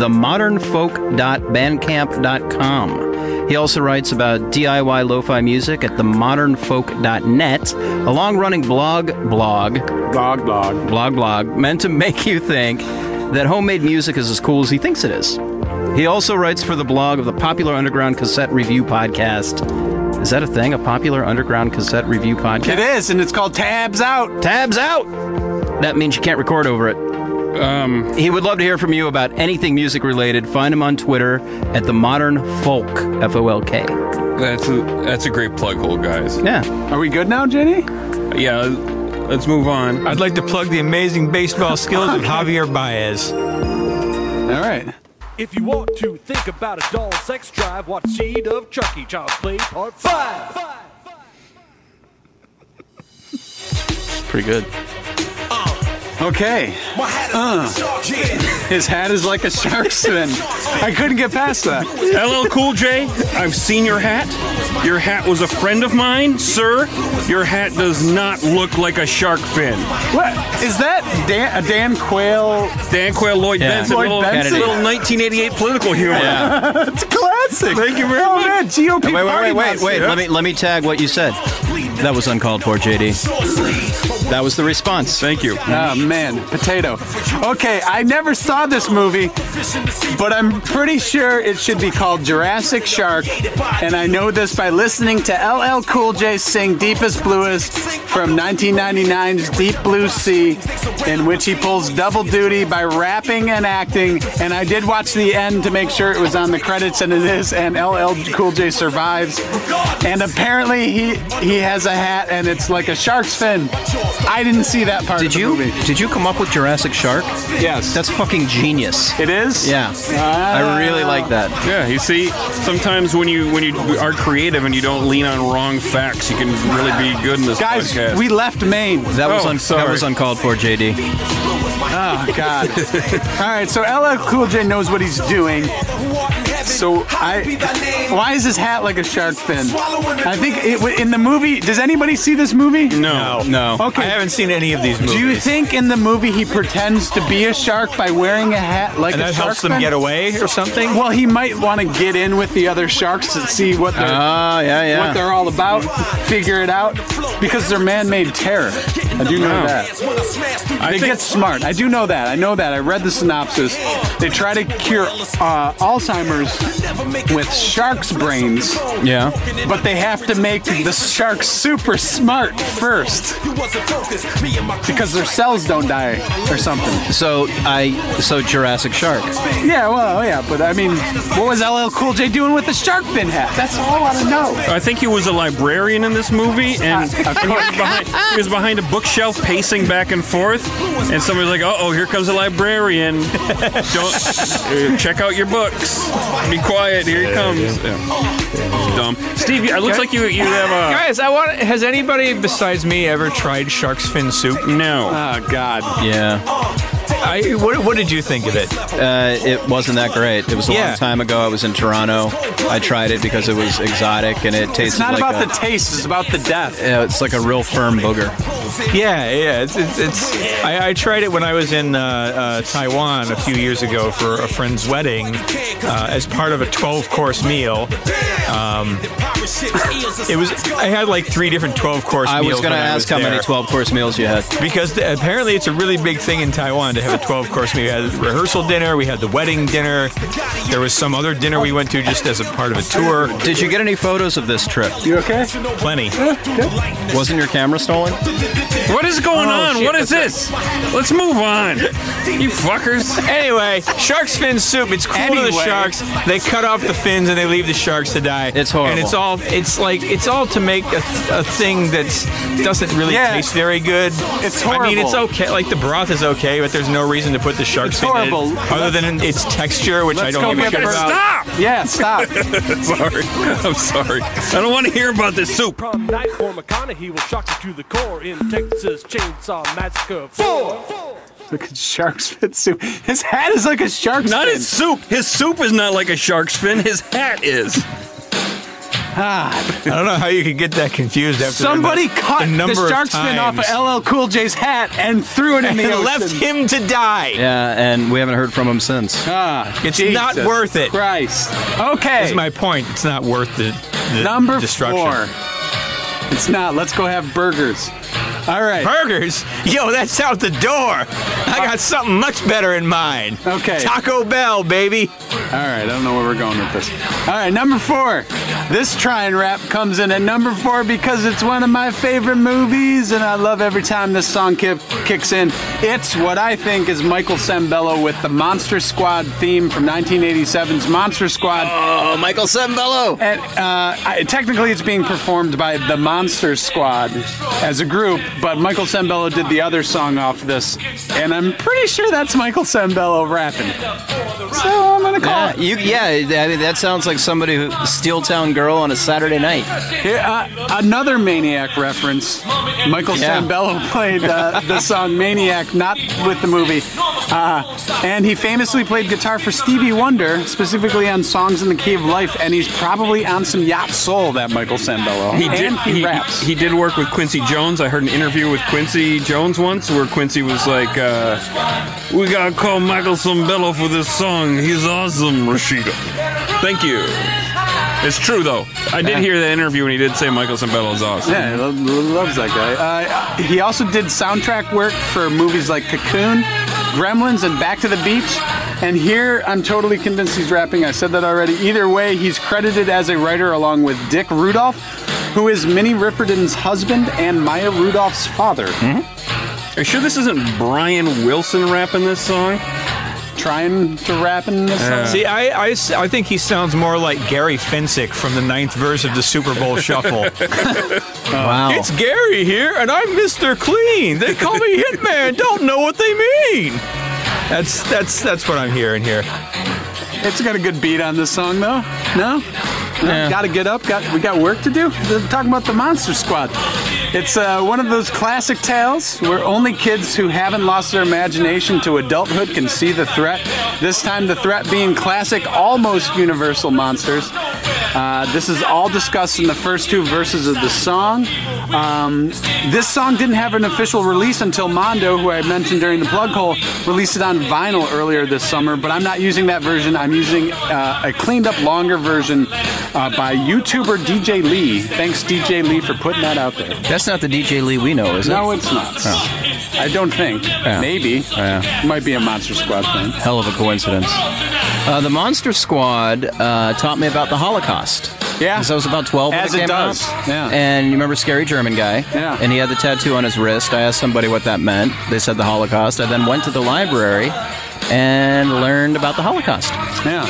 Speaker 2: themodernfolk.bandcamp.com. He also writes about DIY lo-fi music at themodernfolk.net, a long-running blog blog
Speaker 4: blog blog
Speaker 2: blog blog meant to make you think that homemade music is as cool as he thinks it is. He also writes for the blog of the Popular Underground Cassette Review podcast. Is that a thing? A Popular Underground Cassette Review
Speaker 4: it
Speaker 2: podcast?
Speaker 4: is and it's called tabs out
Speaker 2: Tabs out! That means you can't record over it. Um, he would love to hear from you about anything music related. Find him on Twitter at the Modern Folk F O L K.
Speaker 3: That's a, that's a great plug hole, guys.
Speaker 2: Yeah,
Speaker 4: Are we good now, Jenny?
Speaker 3: Yeah, let's move on.
Speaker 6: I'd like to plug the amazing baseball skills of Javier Baez.
Speaker 4: All right.
Speaker 8: If you want to think about a doll sex drive, watch Seed of Chucky Child Play Part 5.
Speaker 2: pretty good.
Speaker 4: Okay. His hat is like a shark's fin. I couldn't get past that.
Speaker 3: LL Cool J, I've seen your hat. Your hat was a friend of mine, sir. Your hat does not look like a shark fin.
Speaker 4: What is that? Dan, a Dan Quayle?
Speaker 3: Dan Quayle, Lloyd
Speaker 2: Yeah.
Speaker 3: Benson,
Speaker 4: Lloyd
Speaker 3: little,
Speaker 4: Benson?
Speaker 3: little 1988 political humor.
Speaker 4: It's a classic.
Speaker 3: Thank you very
Speaker 4: oh,
Speaker 3: much.
Speaker 4: Man, GOP
Speaker 2: Wait, wait,
Speaker 4: party
Speaker 2: wait, wait,
Speaker 4: monster.
Speaker 2: wait. Let me let me tag what you said. That was uncalled for, JD. That was the response.
Speaker 3: Thank you.
Speaker 4: Oh man, potato. Okay, I never saw this movie, but I'm pretty sure it should be called Jurassic Shark, and I know this by listening to LL Cool J sing Deepest Bluest from 1999's Deep Blue Sea, in which he pulls double duty by rapping and acting, and I did watch the end to make sure it was on the credits, and it is, and LL Cool J survives, and apparently he, he has a hat, and it's like a shark's fin. I didn't see that part of
Speaker 2: Did
Speaker 4: the
Speaker 2: you
Speaker 4: movie.
Speaker 2: did you come up with Jurassic Shark?
Speaker 4: Yes.
Speaker 2: That's fucking genius.
Speaker 4: it is?
Speaker 2: Yeah, I really like that.
Speaker 3: Yeah, you see, sometimes when you when you are creative creative and you don't lean on wrong facts, you can really be good in this
Speaker 4: Guys,
Speaker 3: podcast.
Speaker 4: we left Maine.
Speaker 2: That was
Speaker 3: Oh,
Speaker 2: un- that
Speaker 3: sorry.
Speaker 2: was uncalled for, JD.
Speaker 4: Oh God! All right, so LL Cool J knows what he's doing.
Speaker 3: so
Speaker 4: I. Why is his hat like a shark fin? I think it, w- in the movie. Does anybody see this movie?
Speaker 3: no,
Speaker 2: No.
Speaker 4: Okay.
Speaker 6: I haven't seen any of these movies.
Speaker 4: Do you think in the movie he pretends to be a shark by wearing a hat like
Speaker 6: and
Speaker 4: a
Speaker 6: that
Speaker 4: shark
Speaker 6: helps them
Speaker 4: fin?
Speaker 6: get away or something?
Speaker 4: Well, he might want to get in with the other sharks and see what they're
Speaker 2: Ah, yeah, yeah.
Speaker 4: what they're all about, figure it out, because they're man-made terror. I do know
Speaker 3: Wow.
Speaker 4: that.
Speaker 3: I
Speaker 4: They
Speaker 3: think
Speaker 4: get smart. I do know that. I know that. I read the synopsis. They try to cure uh, Alzheimer's with sharks' brains,
Speaker 2: Yeah.
Speaker 4: but they have to make the sharks super smart first because their cells don't die or something.
Speaker 2: So I so Jurassic Shark.
Speaker 4: Yeah, well, oh, yeah, but I mean, what was LL Cool J doing with the shark fin hat? That's all I want to know.
Speaker 3: I think he was a librarian in this movie, and he was, behind, he was behind a bookshelf pacing back and forth, and somebody's like, "Uh oh, here comes a librarian! Don't uh, check out your books. Be quiet. Here he comes." Yeah. Dumb. Steve, it looks like you you have
Speaker 6: Guys, I want. Has anybody besides me ever tried shark's fin soup?
Speaker 3: a no.
Speaker 4: Oh God!
Speaker 2: Yeah.
Speaker 6: I, what, what did you think of it?
Speaker 2: Uh, it wasn't that great. It was a
Speaker 6: Yeah.
Speaker 2: long time ago. I was in Toronto. I tried it because it was exotic and it tasted
Speaker 4: It's
Speaker 2: like
Speaker 4: not about
Speaker 2: a,
Speaker 4: the taste; it's about the death.
Speaker 2: yeah, it's like a real firm booger.
Speaker 6: Yeah, yeah. It's, it's, it's I, I tried it when I was in uh, uh, Taiwan a few years ago for a friend's wedding uh, as part of a 12 course meal. Um, it was. I had like three different 12 course
Speaker 2: I
Speaker 6: meals.
Speaker 2: was going to
Speaker 6: when I
Speaker 2: ask how many
Speaker 6: there.
Speaker 2: 12 course meals you had.
Speaker 6: Because th- apparently it's a really big thing in Taiwan to have a 12 course meal. We had rehearsal dinner, we had the wedding dinner, there was some other dinner we went to just as a part of a tour.
Speaker 2: Did you get any photos of this trip?
Speaker 4: You okay?
Speaker 6: Plenty.
Speaker 2: Wasn't your camera stolen?
Speaker 3: What is going
Speaker 6: Oh,
Speaker 3: on?
Speaker 6: shit,
Speaker 3: what is this? Let's move on. You fuckers.
Speaker 6: Anyway, shark's fin soup. It's cool to the
Speaker 4: Anyway.
Speaker 6: sharks. They cut off the fins and they leave the sharks to die.
Speaker 2: It's horrible.
Speaker 6: And it's all it's like it's all to make a, a thing that doesn't really
Speaker 4: Yeah.
Speaker 6: taste very good.
Speaker 4: It's
Speaker 6: I mean, it's
Speaker 4: horrible.
Speaker 6: okay. Like the broth is okay, but there's no reason to put the
Speaker 4: It's
Speaker 6: shark's fin in
Speaker 4: horrible.
Speaker 6: it, other than its texture, which I
Speaker 4: Let's
Speaker 6: don't
Speaker 4: go
Speaker 6: give a
Speaker 4: get
Speaker 6: shit
Speaker 4: the-
Speaker 6: about.
Speaker 3: Stop!
Speaker 4: Yeah, stop.
Speaker 3: Sorry. I'm sorry. I don't want to hear about this soup.
Speaker 8: Prom night for McConaughey will shock you to the core in Texas Chainsaw Massacre 4.
Speaker 4: Look at shark's fin soup. His hat is like a shark's
Speaker 3: Not
Speaker 4: fin.
Speaker 3: his soup. His soup is not like a shark's fin. His hat is.
Speaker 6: I don't know how you could get that confused after the
Speaker 4: Somebody
Speaker 6: nu-
Speaker 4: cut the,
Speaker 6: number of
Speaker 4: shark's fin off
Speaker 6: times.
Speaker 4: of LL Cool J's hat and threw it in the
Speaker 6: and
Speaker 4: ocean.
Speaker 6: left him to die.
Speaker 2: Yeah, Uh, and we haven't heard from him since.
Speaker 4: Ah,
Speaker 6: It's not
Speaker 4: Jesus
Speaker 6: worth it.
Speaker 4: Christ. Okay.
Speaker 6: That's my point. It's not worth the, the
Speaker 4: Number
Speaker 6: destruction.
Speaker 4: four. It's not. Let's go have burgers. All right.
Speaker 6: Burgers? Yo, that's out the door. I got something much better in mind.
Speaker 4: Okay.
Speaker 6: Taco Bell, baby.
Speaker 4: All right, I don't know where we're going with this. All right, number four. This try and rap comes in at number four because it's one of my favorite movies, and I love every time this song ki- kicks in. It's what I think is Michael Sambello with the Monster Squad theme from 1987's Monster Squad.
Speaker 2: Oh, Michael Sembello.
Speaker 4: And uh, I, technically, it's being performed by the Monster Squad as a group, but Michael Sambello did the other song off this, and I'm pretty sure that's Michael Sambello rapping. So I'm gonna call
Speaker 2: Yeah,
Speaker 4: it.
Speaker 2: you, yeah, I mean, that sounds like somebody who, Steel Town Girl on a Saturday night.
Speaker 4: Here, uh, another Maniac reference. Michael
Speaker 2: Yeah.
Speaker 4: Sambello played uh, the song Maniac, not with the movie. Uh, and he famously played guitar for Stevie Wonder, specifically on Songs in the Key of Life, and he's probably on some Yacht Soul, that Michael Sambello.
Speaker 3: He did.
Speaker 4: And he,
Speaker 3: He,
Speaker 4: raps.
Speaker 3: he did work with Quincy Jones. I heard an interview with Quincy Jones once where Quincy was like, uh, "We gotta call Michael Sambello for this song. He's awesome, Rashida." Thank you. It's true though. I did hear that interview and he did say Michael Sambello is awesome.
Speaker 4: yeah, he lo- lo- loves that guy. Uh, he also did soundtrack work for movies like Cocoon, Gremlins, and Back to the Beach. And here, I'm totally convinced he's rapping. I said that already. Either way, he's credited as a writer along with Dick Rudolph, who is Minnie Riperton's husband and Maya Rudolph's father.
Speaker 3: Are you sure this isn't Brian Wilson rapping this song?
Speaker 4: Trying to rap in this song.
Speaker 6: See, I, I s- I think he sounds more like Gary Finsick from the ninth verse of the Super Bowl Shuffle.
Speaker 4: Oh.
Speaker 2: Wow.
Speaker 6: it's Gary here, and I'm Mr. Clean. They call me Hitman. Don't know what they mean. That's that's that's what I'm hearing here.
Speaker 4: It's got a good beat on this song, though. No? Got to get up. Got we got work to do. They're talking about the Monster Squad. It's uh, one of those classic tales where only kids who haven't lost their imagination to adulthood can see the threat. This time, the threat being classic, almost universal monsters. Uh, this is all discussed in the first two verses of the song. Um, this song didn't have an official release until Mondo, who I mentioned during the plug hole, released it on vinyl earlier this summer. But I'm not using that version. I'm using uh, a cleaned up, longer version uh, by YouTuber DJ Lee. Thanks, DJ Lee, for putting that out there.
Speaker 2: That's not the DJ Lee we know, is it?
Speaker 4: No, it's not. I don't think. Maybe. Might be a Monster Squad thing.
Speaker 2: Hell of a coincidence. Uh, the Monster Squad uh, taught me about the Holocaust.
Speaker 4: Yeah.
Speaker 2: 'Cause I was about 12 when
Speaker 4: As
Speaker 2: it
Speaker 4: it
Speaker 2: came
Speaker 4: does.
Speaker 2: out.
Speaker 4: Yeah.
Speaker 2: And you remember Scary German Guy?
Speaker 4: Yeah.
Speaker 2: And he had the tattoo on his wrist. I asked somebody what that meant. They said the Holocaust. I then went to the library and learned about the Holocaust.
Speaker 4: Yeah.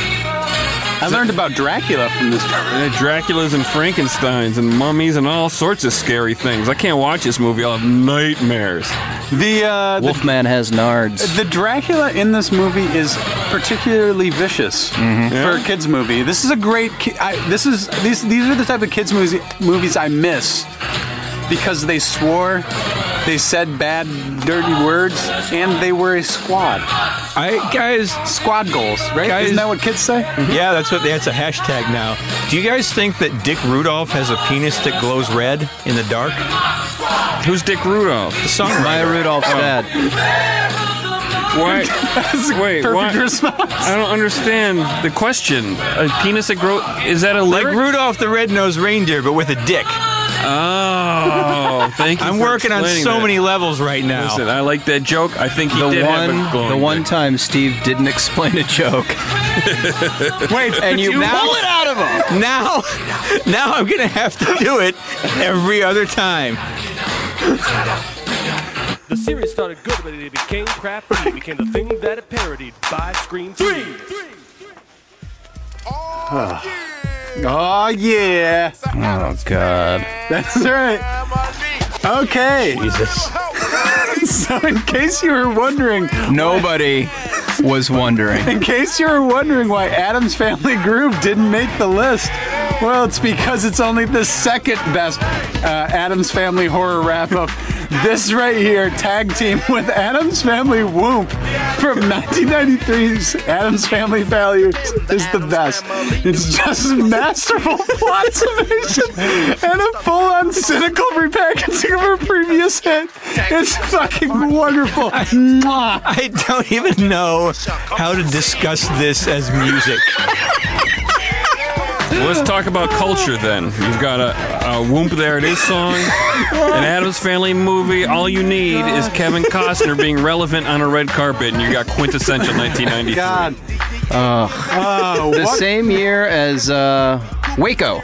Speaker 4: I learned about Dracula from this.
Speaker 3: Yeah, Uh, Draculas and Frankenstein's and mummies and all sorts of scary things. I can't watch this movie. I'll have nightmares.
Speaker 4: The uh, the
Speaker 2: Wolfman has nards.
Speaker 4: The Dracula in this movie is particularly vicious
Speaker 2: Mm-hmm.
Speaker 4: for a kids movie. This is a great. ki- I, this is these these are the type of kids movies movies I miss because they swore, they said bad, dirty words, and they were a squad.
Speaker 6: I guys,
Speaker 4: Squad goals, right?
Speaker 6: Guys-
Speaker 4: Isn't that what kids say?
Speaker 2: Mm-hmm.
Speaker 6: yeah, that's what that's a hashtag now. Do you guys think that Dick Rudolph has a penis that glows red in the dark?
Speaker 3: Who's Dick Rudolph?
Speaker 6: The songwriter. Oh.
Speaker 2: Maya Rudolph's dad.
Speaker 3: Why? Wait,
Speaker 4: Perfect
Speaker 3: why?
Speaker 4: response.
Speaker 3: I don't understand the question. A penis that grow is that a
Speaker 6: Like
Speaker 3: lyric?
Speaker 6: Rudolph the Red-Nosed Reindeer, but with a dick.
Speaker 3: oh, thank you.
Speaker 6: I'm
Speaker 3: for
Speaker 6: working on
Speaker 3: explaining
Speaker 6: so
Speaker 3: that.
Speaker 6: many levels right now.
Speaker 3: Listen, I like that joke. I think he
Speaker 2: The
Speaker 3: did have a
Speaker 2: one,
Speaker 3: glowing
Speaker 2: the one
Speaker 3: dick.
Speaker 2: time Steve didn't explain a joke.
Speaker 6: Wait, and you, now, pull it out of him. Now, now I'm gonna have to do it every other time.
Speaker 8: The series started good, but it became crappy. It became the thing that it parodied by Scream 3.
Speaker 4: Oh yeah,
Speaker 2: Oh God.
Speaker 4: that's right. Okay. so, in case you were wondering,
Speaker 2: Nobody was wondering.
Speaker 4: In case you were wondering why Adam's Family Groove didn't make the list, well, it's because it's only the second best uh, Adam's Family horror wrap up. This right here, tag team with Adam's Family Whoomp from 1993's Adam's Family Values is the best. It's just masterful plot summation and a full on cynical repackaging of her previous hit. It's fucking wonderful. Mwah.
Speaker 6: I don't even know how to discuss this as music.
Speaker 3: Well, Let's talk about culture then. You've got a, a Whoomp There It Is song, an Adams Family movie. All you need is Kevin Costner being relevant on a red carpet, and you got quintessential 1993.
Speaker 4: God. Oh,
Speaker 2: the
Speaker 4: what?
Speaker 2: same year as uh, Waco.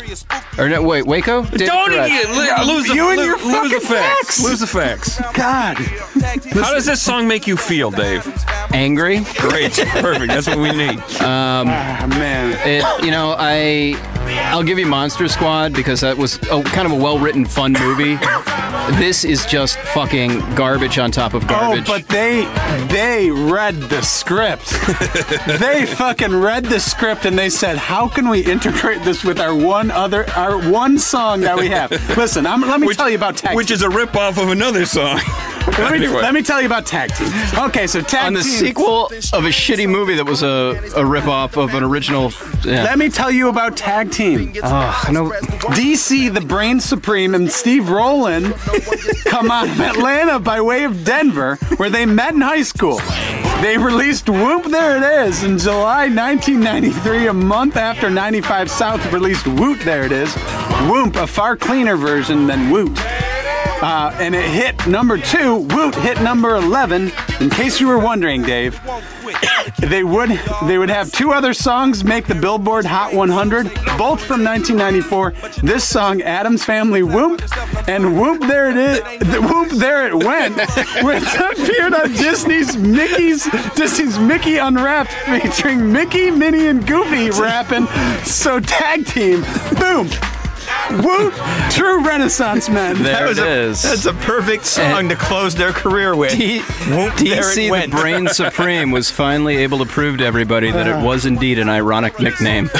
Speaker 2: Or no, wait, Waco? David
Speaker 3: Don't
Speaker 2: Koresh.
Speaker 3: you, lo- lose the,
Speaker 4: You and
Speaker 3: lo-
Speaker 4: your
Speaker 3: lose the
Speaker 4: fucking
Speaker 3: facts.
Speaker 4: facts.
Speaker 3: Lose the facts.
Speaker 4: God.
Speaker 3: How does this song make you feel, Dave?
Speaker 2: Angry.
Speaker 3: Great, perfect. That's what we need.
Speaker 4: Ah, man.
Speaker 2: It, you know, I, I'll give you Monster Squad because that was a, kind of a well-written, fun movie. This is just fucking garbage on top of
Speaker 4: Oh,
Speaker 2: garbage.
Speaker 4: but they they read the script. they fucking read the script and they said, "How can we integrate this with our one other our one song that we have?" Listen, I'm, let me tell you about tag.
Speaker 3: Which
Speaker 4: team.
Speaker 3: is a ripoff of another song.
Speaker 4: let, me,
Speaker 3: anyway.
Speaker 4: let me tell you about tag team. Okay, so tag
Speaker 2: on the
Speaker 4: team.
Speaker 2: sequel of a shitty movie that was a, a rip-off of an original. Yeah.
Speaker 4: Let me tell you about tag team.
Speaker 2: Ugh, no.
Speaker 4: DC, the Brain Supreme, and Steve Rowland come out of Atlanta by way of Denver, where they met in high school. They released Whoop There It Is in July 1993, a month after 95 South released Woot There It Is. Whoop, a far cleaner version than Woot. Uh, and it hit number two. Woot hit number 11. In case you were wondering, Dave, they would they would have two other songs make the Billboard Hot 100, both from 1994. This song, Adam's Family Whoop, and Whoop There It Is, the Whoop There It Went, which appeared on Disney's Mickey's Disney's Mickey Unwrapped, featuring Mickey, Minnie, and Goofy rapping. So tag team, boom. Woot! True Renaissance men.
Speaker 2: There
Speaker 6: That was
Speaker 2: it
Speaker 6: a-
Speaker 2: is.
Speaker 6: That's a perfect song to close their career with.
Speaker 2: D-
Speaker 6: Whoop, there
Speaker 2: DC
Speaker 6: it
Speaker 2: the
Speaker 6: went.
Speaker 2: Brain Supreme was finally able to prove to everybody that
Speaker 6: Uh.
Speaker 2: it was indeed an ironic nickname.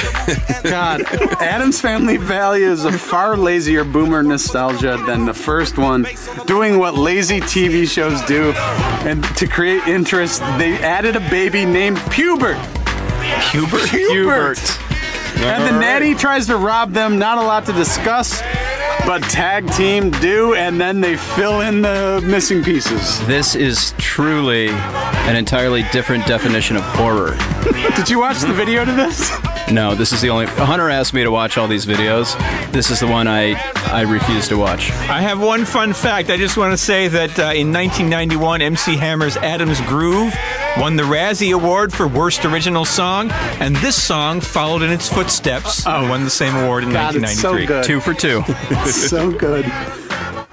Speaker 4: God, Adam's Family Values a far lazier boomer nostalgia than the first one, doing what lazy TV shows do, and to create interest, they added a baby named Pubert.
Speaker 6: Hubert.
Speaker 4: And the natty tries to rob them. Not a lot to discuss, but tag team do, and then they fill in the missing pieces.
Speaker 2: This is truly an entirely different definition of horror.
Speaker 4: Did you watch the video to this?
Speaker 2: No, this is the only. Hunter asked me to watch all these videos. This is the one I I refuse to watch.
Speaker 6: I have one fun fact. I just want to say that uh, in 1991, MC Hammer's Adam's Groove won the Razzie Award for Worst Original Song, and this song followed in its footsteps and won the same award in
Speaker 4: Oh. God, it's so
Speaker 6: 1993.
Speaker 4: good.
Speaker 2: Two for two.
Speaker 4: It's so good.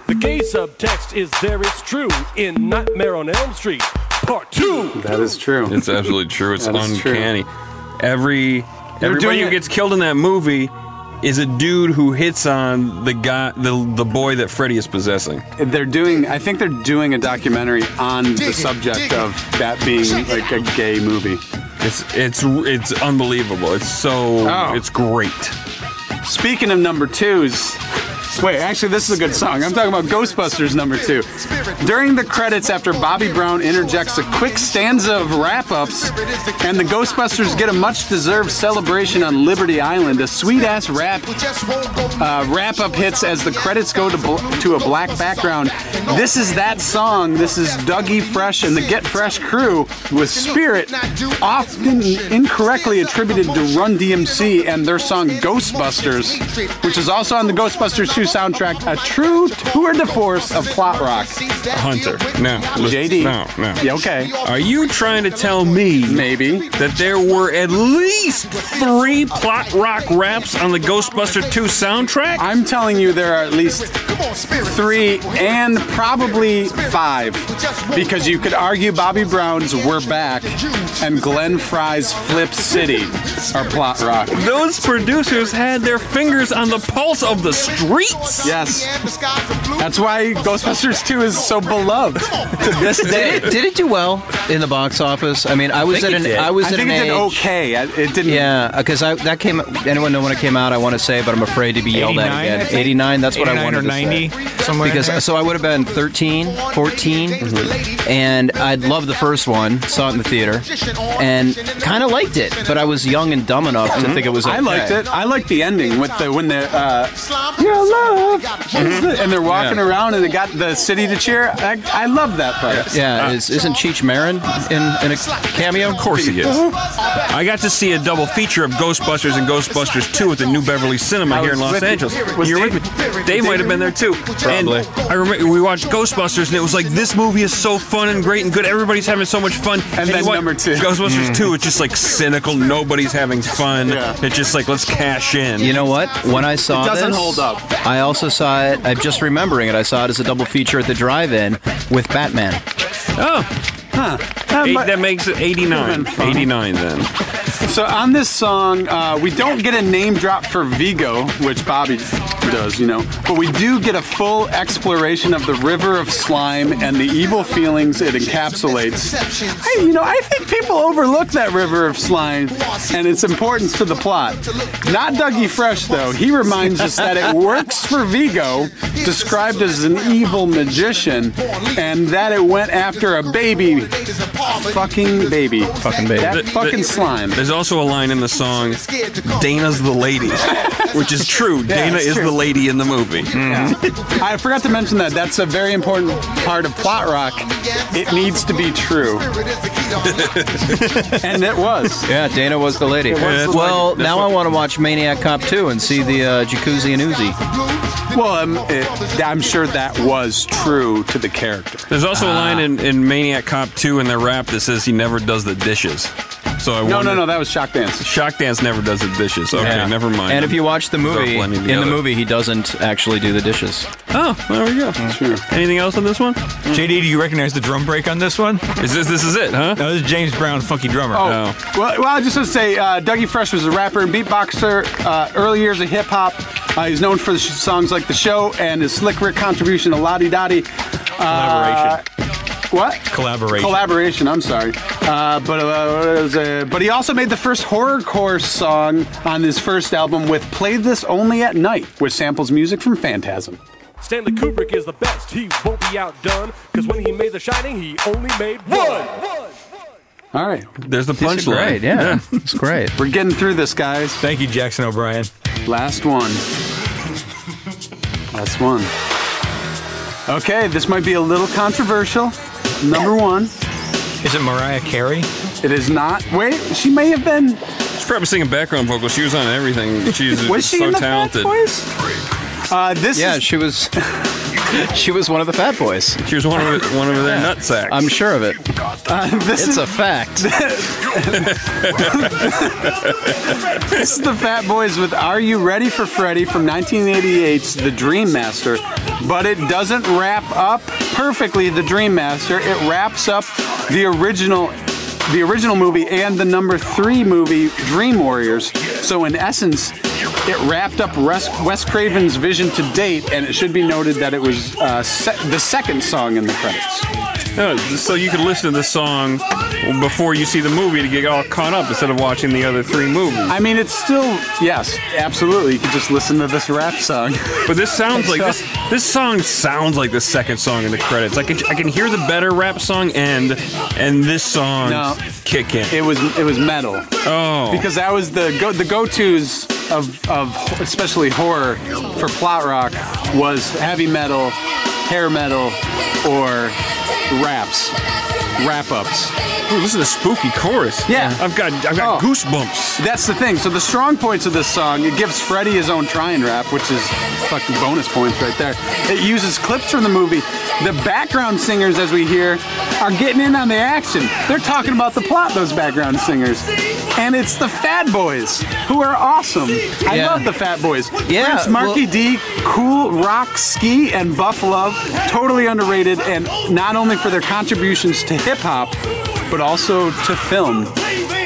Speaker 8: The gay subtext is there, it's true, in Nightmare on Elm Street, part two.
Speaker 4: That is true.
Speaker 3: It's absolutely true. It's
Speaker 4: That is true.
Speaker 3: uncanny. Every
Speaker 4: doing
Speaker 3: everybody who
Speaker 4: it-
Speaker 3: gets killed in that movie is a dude who hits on the guy, the the boy that Freddy is possessing.
Speaker 4: They're doing. I think they're doing a documentary on the subject of that being like a gay movie.
Speaker 3: It's it's it's unbelievable. It's so
Speaker 4: Oh.
Speaker 3: it's great.
Speaker 4: Speaking of number twos. Wait, actually, this is a good song. I'm talking about Ghostbusters number two. During the credits, after Bobby Brown interjects a quick stanza of wrap ups, and the Ghostbusters get a much deserved celebration on Liberty Island, a sweet ass rap uh, wrap up hits as the credits go to, bl- to a black background. This is that song. This is Dougie Fresh and the Get Fresh crew with Spirit, often incorrectly attributed to Run DMC and their song Ghostbusters, which is also on the Ghostbusters 2 soundtrack, a true tour de force of plot rock.
Speaker 3: Hunter. Now, listen-
Speaker 4: JD.
Speaker 3: Now, now.
Speaker 4: Yeah, okay.
Speaker 3: Are you trying to tell me
Speaker 4: Maybe.
Speaker 3: that there were at least three plot rock raps on the Ghostbuster 2 soundtrack?
Speaker 4: I'm telling you, there are at least three and probably five because you could argue Bobby Brown's We're Back and Glenn Fry's Flip City are plot rock.
Speaker 3: Those producers had their fingers on the pulse of the streets.
Speaker 4: Yes. That's why Ghostbusters 2 is so beloved to this day.
Speaker 2: Did it, did it do well in the box office? I mean, I was at an I was
Speaker 4: I
Speaker 2: at
Speaker 4: think
Speaker 2: an
Speaker 4: it did
Speaker 2: age.
Speaker 4: okay. I- It didn't.
Speaker 2: Yeah, because I that came. Anyone know when it came out? I want to say, but I'm afraid to be yelled
Speaker 6: 89,
Speaker 2: at
Speaker 6: I
Speaker 2: again.
Speaker 6: think.
Speaker 2: 89. That's what I
Speaker 6: 89
Speaker 2: wanted
Speaker 6: or 90,
Speaker 2: to say.
Speaker 6: somewhere in there.
Speaker 2: Because uh, so I would have been 13, 14, and I'd loved the first one. Saw it in the theater, and kind of liked it. But I was young and dumb enough to think it was. Okay.
Speaker 4: I liked it. I liked the ending with the when the uh, you're love, and they're walking around and they got the city to cheer. I, I love that part.
Speaker 2: Yeah, is, isn't Cheech Marin in, in a cameo?
Speaker 3: Of course he is. I got to see a double feature of Ghostbusters and Ghostbusters 2 at the New Beverly Cinema
Speaker 4: I
Speaker 3: here in
Speaker 4: was
Speaker 3: Los
Speaker 4: with you.
Speaker 3: Angeles.
Speaker 4: Was
Speaker 3: You were
Speaker 4: Dave-
Speaker 3: with me. Dave might have been there too.
Speaker 2: Probably.
Speaker 3: And I remember we watched Ghostbusters and it was like this movie is so fun and great and good. Everybody's having so much fun. And,
Speaker 4: then
Speaker 3: you watch
Speaker 4: number two. Mm-hmm.
Speaker 3: Ghostbusters 2 it's just like cynical. Nobody's having fun.
Speaker 4: Yeah.
Speaker 3: It's just like let's cash in.
Speaker 2: You know what? When I saw
Speaker 4: It doesn't
Speaker 2: this,
Speaker 4: hold up.
Speaker 2: I also saw it. I'm just remembering it. I saw it as a double feature at the drive-in with Batman.
Speaker 3: oh,
Speaker 4: Um,
Speaker 3: eight,
Speaker 4: but-
Speaker 3: that makes it 89.
Speaker 4: Would've been fun.
Speaker 3: 89 then.
Speaker 4: So on this song, uh, we don't get a name drop for Vigo, which Bobby does, you know, but we do get a full exploration of the river of slime and the evil feelings it encapsulates. I, you know, I think people overlook that river of slime and its importance to the plot. Not Dougie Fresh though; he reminds us that it works for Vigo, described as an evil magician, and that it went after a baby, fucking baby, fucking
Speaker 2: baby.
Speaker 4: that fucking slime.
Speaker 3: There's also a line in the song, Dana's the lady, which is true. Dana
Speaker 4: it's
Speaker 3: is
Speaker 4: true. Mm.
Speaker 3: the lady in the movie.
Speaker 4: I forgot to mention that. That's a very important part of plot rock. It needs to be true, and it was.
Speaker 2: Yeah, Dana was the lady.
Speaker 4: was the
Speaker 2: well,
Speaker 3: lady.
Speaker 2: now I want to watch Maniac Cop 2 and see the uh, Jacuzzi and Uzi.
Speaker 4: Well, I'm, it, I'm sure that was true to the character.
Speaker 3: There's also a line in, in Maniac Cop 2 in their rap that says he never does the dishes. So I
Speaker 4: No,
Speaker 3: wonder-
Speaker 4: no, no. That was shock dance.
Speaker 3: Shock Dance never does the dishes. Okay,
Speaker 2: Yeah.
Speaker 3: never mind.
Speaker 2: And if you watch the
Speaker 3: all
Speaker 2: movie,
Speaker 3: blending
Speaker 2: in the
Speaker 3: together.
Speaker 2: movie, he doesn't actually do the dishes.
Speaker 3: oh, there we go. Anything else on this one?
Speaker 6: JD, do you recognize the drum break on this one?
Speaker 3: Is this this is it, huh?
Speaker 6: No, this is James Brown, funky drummer.
Speaker 4: Oh, well, well, I just want to say, uh, Dougie Fresh was a rapper and beatboxer. Uh, early years of hip hop, Uh, he's known for the sh- songs like The Show and his slick Rick contribution to Lottie Dottie.
Speaker 5: Collaboration.
Speaker 4: What?
Speaker 5: Collaboration.
Speaker 4: Collaboration. I'm sorry, uh, but uh, what is it? but he also made the first horrorcore song on his first album with "Play This Only at Night," which samples music from Phantasm.
Speaker 8: Stanley Kubrick is the best. He won't be outdone. Because when he made The Shining, he only made one.
Speaker 4: All right,
Speaker 3: There's the punchline.
Speaker 2: Great, yeah. It's great.
Speaker 4: we're getting through this, guys.
Speaker 6: Thank you, Jackson O'Brien.
Speaker 4: Last one. Last one. Okay, this might be a little controversial. Number one,
Speaker 6: Is it Mariah Carey?
Speaker 4: it is not. Wait, she may have been.
Speaker 3: She's probably singing background vocals. She was on everything. She's
Speaker 4: Was she
Speaker 3: so
Speaker 4: in the
Speaker 3: talented.
Speaker 4: Fat Boys? Uh, this
Speaker 2: Yeah,
Speaker 4: is
Speaker 2: she was she was one of the fat boys.
Speaker 3: She was one of one of their nutsacks.
Speaker 2: I'm sure of it.
Speaker 4: this
Speaker 2: It's
Speaker 4: is
Speaker 2: a fact.
Speaker 4: This is the Fat Boys with Are You Ready for Freddy from 1988's The Dream Master. But it doesn't wrap up perfectly The Dream Master. It wraps up the original the original movie and the number 3 movie Dream Warriors. So in essence, it wrapped up Wes Wes Craven's vision to date and it should be noted that it was uh, se- the second song in the credits.
Speaker 3: No, so you could listen to the song before you see the movie to get all caught up instead of watching the other three movies.
Speaker 4: I mean, it's still yes, absolutely. You could just listen to this rap song.
Speaker 3: But this sounds like this. This song sounds like the second song in the credits. I can I can hear the better rap song end, and this song
Speaker 4: No.
Speaker 3: kick in.
Speaker 4: It was it was metal.
Speaker 3: oh,
Speaker 4: because that was the go the go tos of of ho- especially horror for plot rock was heavy metal, hair metal, or uh, raps, wrap ups.
Speaker 3: Ooh, listen to the spooky chorus.
Speaker 4: Yeah.
Speaker 3: I've got I've got
Speaker 4: Oh.
Speaker 3: goosebumps.
Speaker 4: That's the thing. So the strong points of this song, it gives Freddie his own try and rap, which is fucking bonus points right there. It uses clips from the movie. The background singers, as we hear, are getting in on the action. They're talking about the plot, those background singers. And it's the Fat Boys, who are awesome. I
Speaker 2: Yeah.
Speaker 4: love the Fat Boys.
Speaker 2: Yeah,
Speaker 4: Prince, Marky
Speaker 2: well-
Speaker 4: D, Cool, Rock, Ski, and Buff Love, totally underrated, and not only for their contributions to hip hop, but also to film.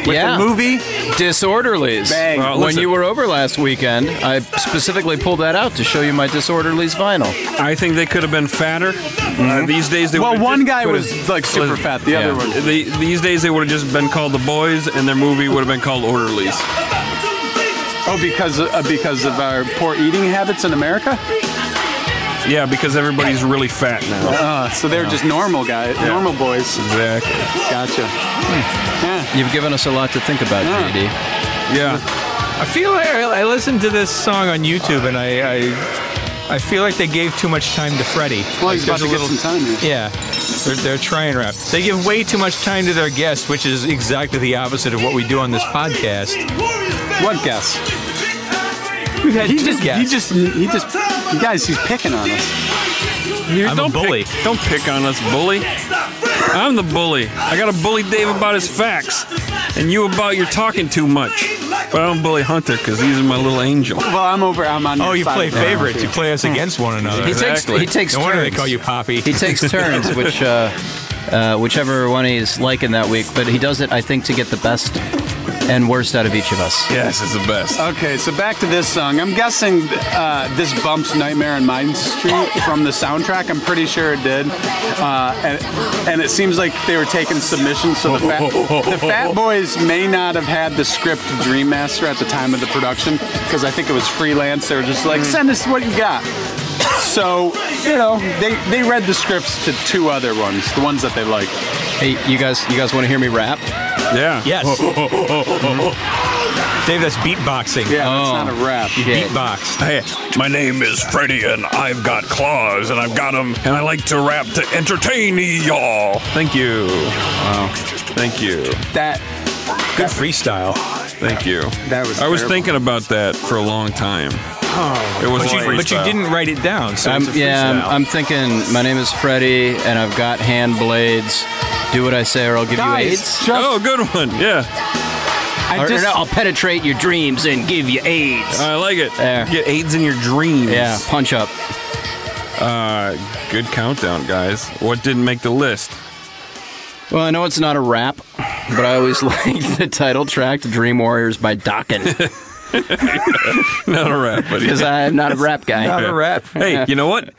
Speaker 4: With
Speaker 2: Yeah.
Speaker 4: the movie,
Speaker 2: Disorderlies.
Speaker 4: Bang. Well,
Speaker 2: when
Speaker 3: listen.
Speaker 2: you were over last weekend, I specifically pulled that out to show you my Disorderlies vinyl.
Speaker 3: I think they could have been fatter. Uh, these days they
Speaker 4: Well,
Speaker 3: would've
Speaker 4: one
Speaker 3: just
Speaker 4: guy
Speaker 3: put
Speaker 4: was
Speaker 3: his-
Speaker 4: like super
Speaker 3: listen,
Speaker 4: fat. The
Speaker 2: yeah.
Speaker 4: other one,
Speaker 3: They, these days they would have just been called the boys, and their movie would have been called Orderlies.
Speaker 4: oh, because uh, because of our poor eating habits in America.
Speaker 3: Yeah, because everybody's really fat now.
Speaker 4: Uh, so they're just normal guys, normal boys.
Speaker 3: Exactly.
Speaker 4: Gotcha. Yeah.
Speaker 2: You've given us a lot to think about,
Speaker 4: Yeah.
Speaker 2: JD.
Speaker 3: Yeah.
Speaker 6: I feel like I I listened to this song on YouTube, and I, I, I feel like they gave too much time to Freddie.
Speaker 4: Well,
Speaker 6: Like,
Speaker 4: he's about
Speaker 6: there's
Speaker 4: to
Speaker 6: a
Speaker 4: get
Speaker 6: little-
Speaker 4: some time here.
Speaker 6: Yeah, they're, they're trying rap. They give way too much time to their guests, which is exactly the opposite of what we do on this podcast.
Speaker 4: What guess?
Speaker 6: We've had
Speaker 4: He
Speaker 6: two
Speaker 4: just,
Speaker 6: guests.
Speaker 4: he just, he just, you guys, he's picking on us.
Speaker 6: I'm a bully.
Speaker 3: Pick, don't pick on us, bully. I'm the bully. I got to bully Dave about his facts, and you about your talking too much. But I don't bully Hunter because he's my little angel.
Speaker 4: Well, I'm over. I'm on.
Speaker 6: Oh,
Speaker 4: your
Speaker 6: you
Speaker 4: side
Speaker 6: play
Speaker 4: of the
Speaker 6: favorites. You
Speaker 4: line.
Speaker 6: play us against one another.
Speaker 2: He takes
Speaker 3: Exactly.
Speaker 2: he takes
Speaker 6: No
Speaker 2: turns.
Speaker 6: wonder they call you Poppy.
Speaker 2: He takes turns, which uh, uh, whichever one he's liking that week. But he does it, I think, to get the best and worst out of each of us.
Speaker 3: Yes, it's the best.
Speaker 4: Okay, so back to this song. I'm guessing uh, this bumps Nightmare on Mine Street from the soundtrack. I'm pretty sure it did. Uh, and, and it seems like they were taking submissions, so the fat, the fat Boys may not have had the script to Dream Master at the time of the production, because I think it was freelance. They were just like, send us what you got. So, you know, they, they read the scripts to two other ones, the ones that they liked.
Speaker 2: Hey, you guys, you guys want to hear me rap?
Speaker 3: Yeah.
Speaker 6: Yes. Dave, that's beatboxing.
Speaker 4: Yeah, that's not a rap.
Speaker 6: Beatbox.
Speaker 3: Hey, my name is Freddy, and I've got claws, and I've got them, and I like to rap to entertain y'all. Thank you. Thank you.
Speaker 4: That,
Speaker 6: Good freestyle.
Speaker 3: Thank you.
Speaker 4: That was
Speaker 3: I was
Speaker 4: terrible.
Speaker 3: thinking about that for a long time. Oh, it was
Speaker 6: But you,
Speaker 3: freestyle.
Speaker 6: but you didn't write it down, so
Speaker 2: I'm,
Speaker 6: it's a
Speaker 2: yeah, I'm,
Speaker 6: freestyle.
Speaker 2: I'm thinking. My name is Freddie, and I've got hand blades. Do what I say, or I'll give you
Speaker 4: guys,
Speaker 2: AIDS.
Speaker 4: just,
Speaker 3: Oh, good one. Yeah,
Speaker 4: I
Speaker 2: Or,
Speaker 4: just,
Speaker 2: or I'll penetrate your dreams and give you AIDS.
Speaker 3: I like it.
Speaker 2: There.
Speaker 3: Get AIDS in your dreams.
Speaker 2: yeah, punch up.
Speaker 3: Good countdown, guys. What didn't make the list?
Speaker 2: Well, I know it's not a rap, but I always like the title track to Dream Warriors by Dokken.
Speaker 3: Not a rap, but
Speaker 2: because I'm not a rap guy.
Speaker 6: Not a rap.
Speaker 3: Hey, you know what?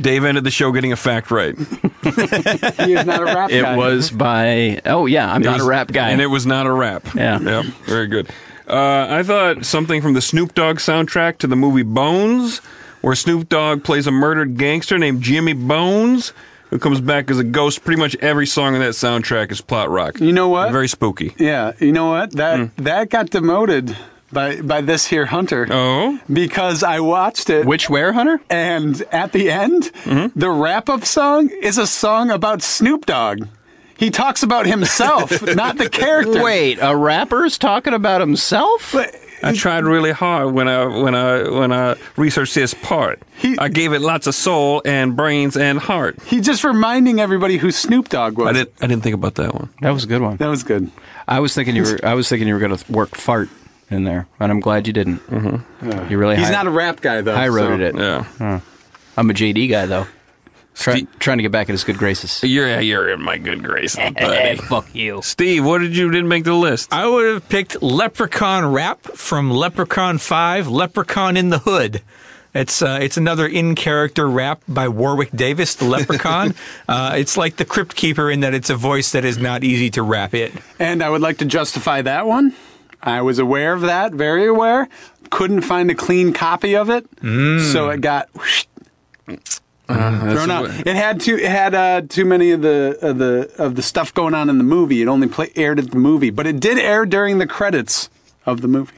Speaker 3: Dave ended the show getting a fact right.
Speaker 4: He is not a rap
Speaker 2: It
Speaker 4: guy.
Speaker 2: was by oh yeah, I'm
Speaker 3: It
Speaker 2: not
Speaker 3: was-
Speaker 2: a rap guy.
Speaker 3: And it was not a rap.
Speaker 2: Yeah.
Speaker 3: Yep. Very good. Uh, I thought something from the Snoop Dogg soundtrack to the movie Bones, where Snoop Dogg plays a murdered gangster named Jimmy Bones, who comes back as a ghost. Pretty much every song in that soundtrack is plot rock.
Speaker 4: You know what?
Speaker 3: Very spooky.
Speaker 4: Yeah, you know what? That that got demoted by by this here hunter
Speaker 3: Oh,
Speaker 4: because I watched it.
Speaker 2: Which where Hunter? Mm-hmm.
Speaker 4: and at the end, the wrap up song is a song about Snoop Dogg. He talks about himself, not the character.
Speaker 2: Wait, a rapper's talking about himself?
Speaker 3: I tried really hard when I when I when I researched this part.
Speaker 4: He-
Speaker 3: I gave it lots of soul and brains and heart.
Speaker 4: He's just reminding everybody who Snoop Dogg was.
Speaker 3: I didn't I didn't think about that one.
Speaker 2: That was a good one.
Speaker 4: That was good.
Speaker 2: I was thinking you were. I was thinking you were going to work fart in there, and I'm glad you didn't. Mm-hmm. You really.
Speaker 4: He's
Speaker 2: high,
Speaker 4: not a rap guy though.
Speaker 2: I wrote
Speaker 4: so-
Speaker 2: it.
Speaker 3: Yeah.
Speaker 2: I'm a JD guy though. Try,
Speaker 3: Ste-
Speaker 2: trying to get back in his good graces.
Speaker 3: You're you're in my good graces, buddy.
Speaker 2: fuck you.
Speaker 3: Steve, what did you didn't make the list?
Speaker 6: I would have picked Leprechaun Rap from Leprechaun 5, Leprechaun in the Hood. It's uh, it's another in character rap by Warwick Davis, the Leprechaun. uh, it's like the Crypt Keeper in that it's a voice that is not easy to rap it.
Speaker 4: And I would like to justify that one. I was aware of that, very aware. Couldn't find a clean copy of it, so it got whoosh, uh, thrown out. It had too it had uh, too many of the of the of the stuff going on in the movie. It only play, aired at the movie, but it did air during the credits of the movie.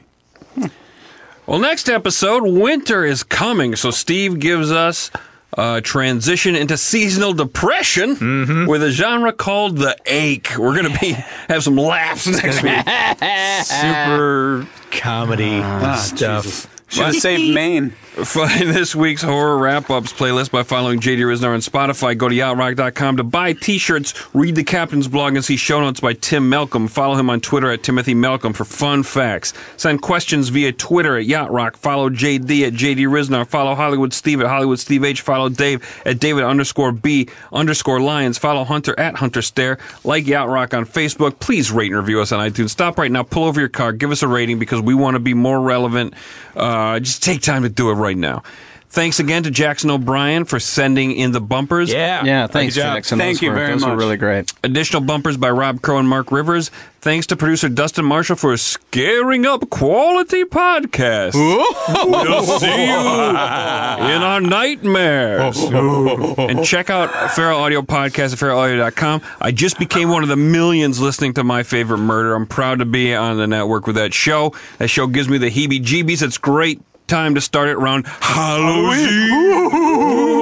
Speaker 3: Well, next episode, winter is coming, so Steve gives us a transition into seasonal depression with a genre called the ache. We're gonna be have some laughs next week.
Speaker 6: Super comedy
Speaker 2: Ah,
Speaker 6: stuff.
Speaker 4: Should have saved Maine.
Speaker 3: Find this week's horror wrap ups playlist by following JD Riznar on Spotify. Go to yacht.rock.com to buy t shirts, read the captain's blog, and see show notes by Tim Malcolm. Follow him on Twitter at Timothy Malcolm for fun facts. Send questions via Twitter at Yacht Rock. Follow JD at JD Riznar. Follow Hollywood Steve at Hollywood Steve H. Follow Dave at David underscore B underscore Lions. Follow Hunter at Hunter Stare. Like Yacht Rock on Facebook. Please rate and review us on iTunes. Stop right now. Pull over your car. Give us a rating because we want to be more relevant. Uh, just take time to do it right now. Thanks again to Jackson O'Brien for sending in the bumpers.
Speaker 6: Yeah.
Speaker 2: Yeah, thanks, Jackson.
Speaker 4: Thank
Speaker 2: Those
Speaker 4: you
Speaker 2: were-
Speaker 4: very
Speaker 2: those were
Speaker 4: much.
Speaker 2: really great.
Speaker 3: Additional bumpers by Rob Crow and Mark Rivers. Thanks to producer Dustin Marshall for scaring up quality podcast. We'll see you in our nightmares. and check out Feral Audio Podcast at feralaudio.com. I just became one of the millions listening to My Favorite Murder. I'm proud to be on the network with that show. That show gives me the heebie jeebies. It's great time to start it around Halloween.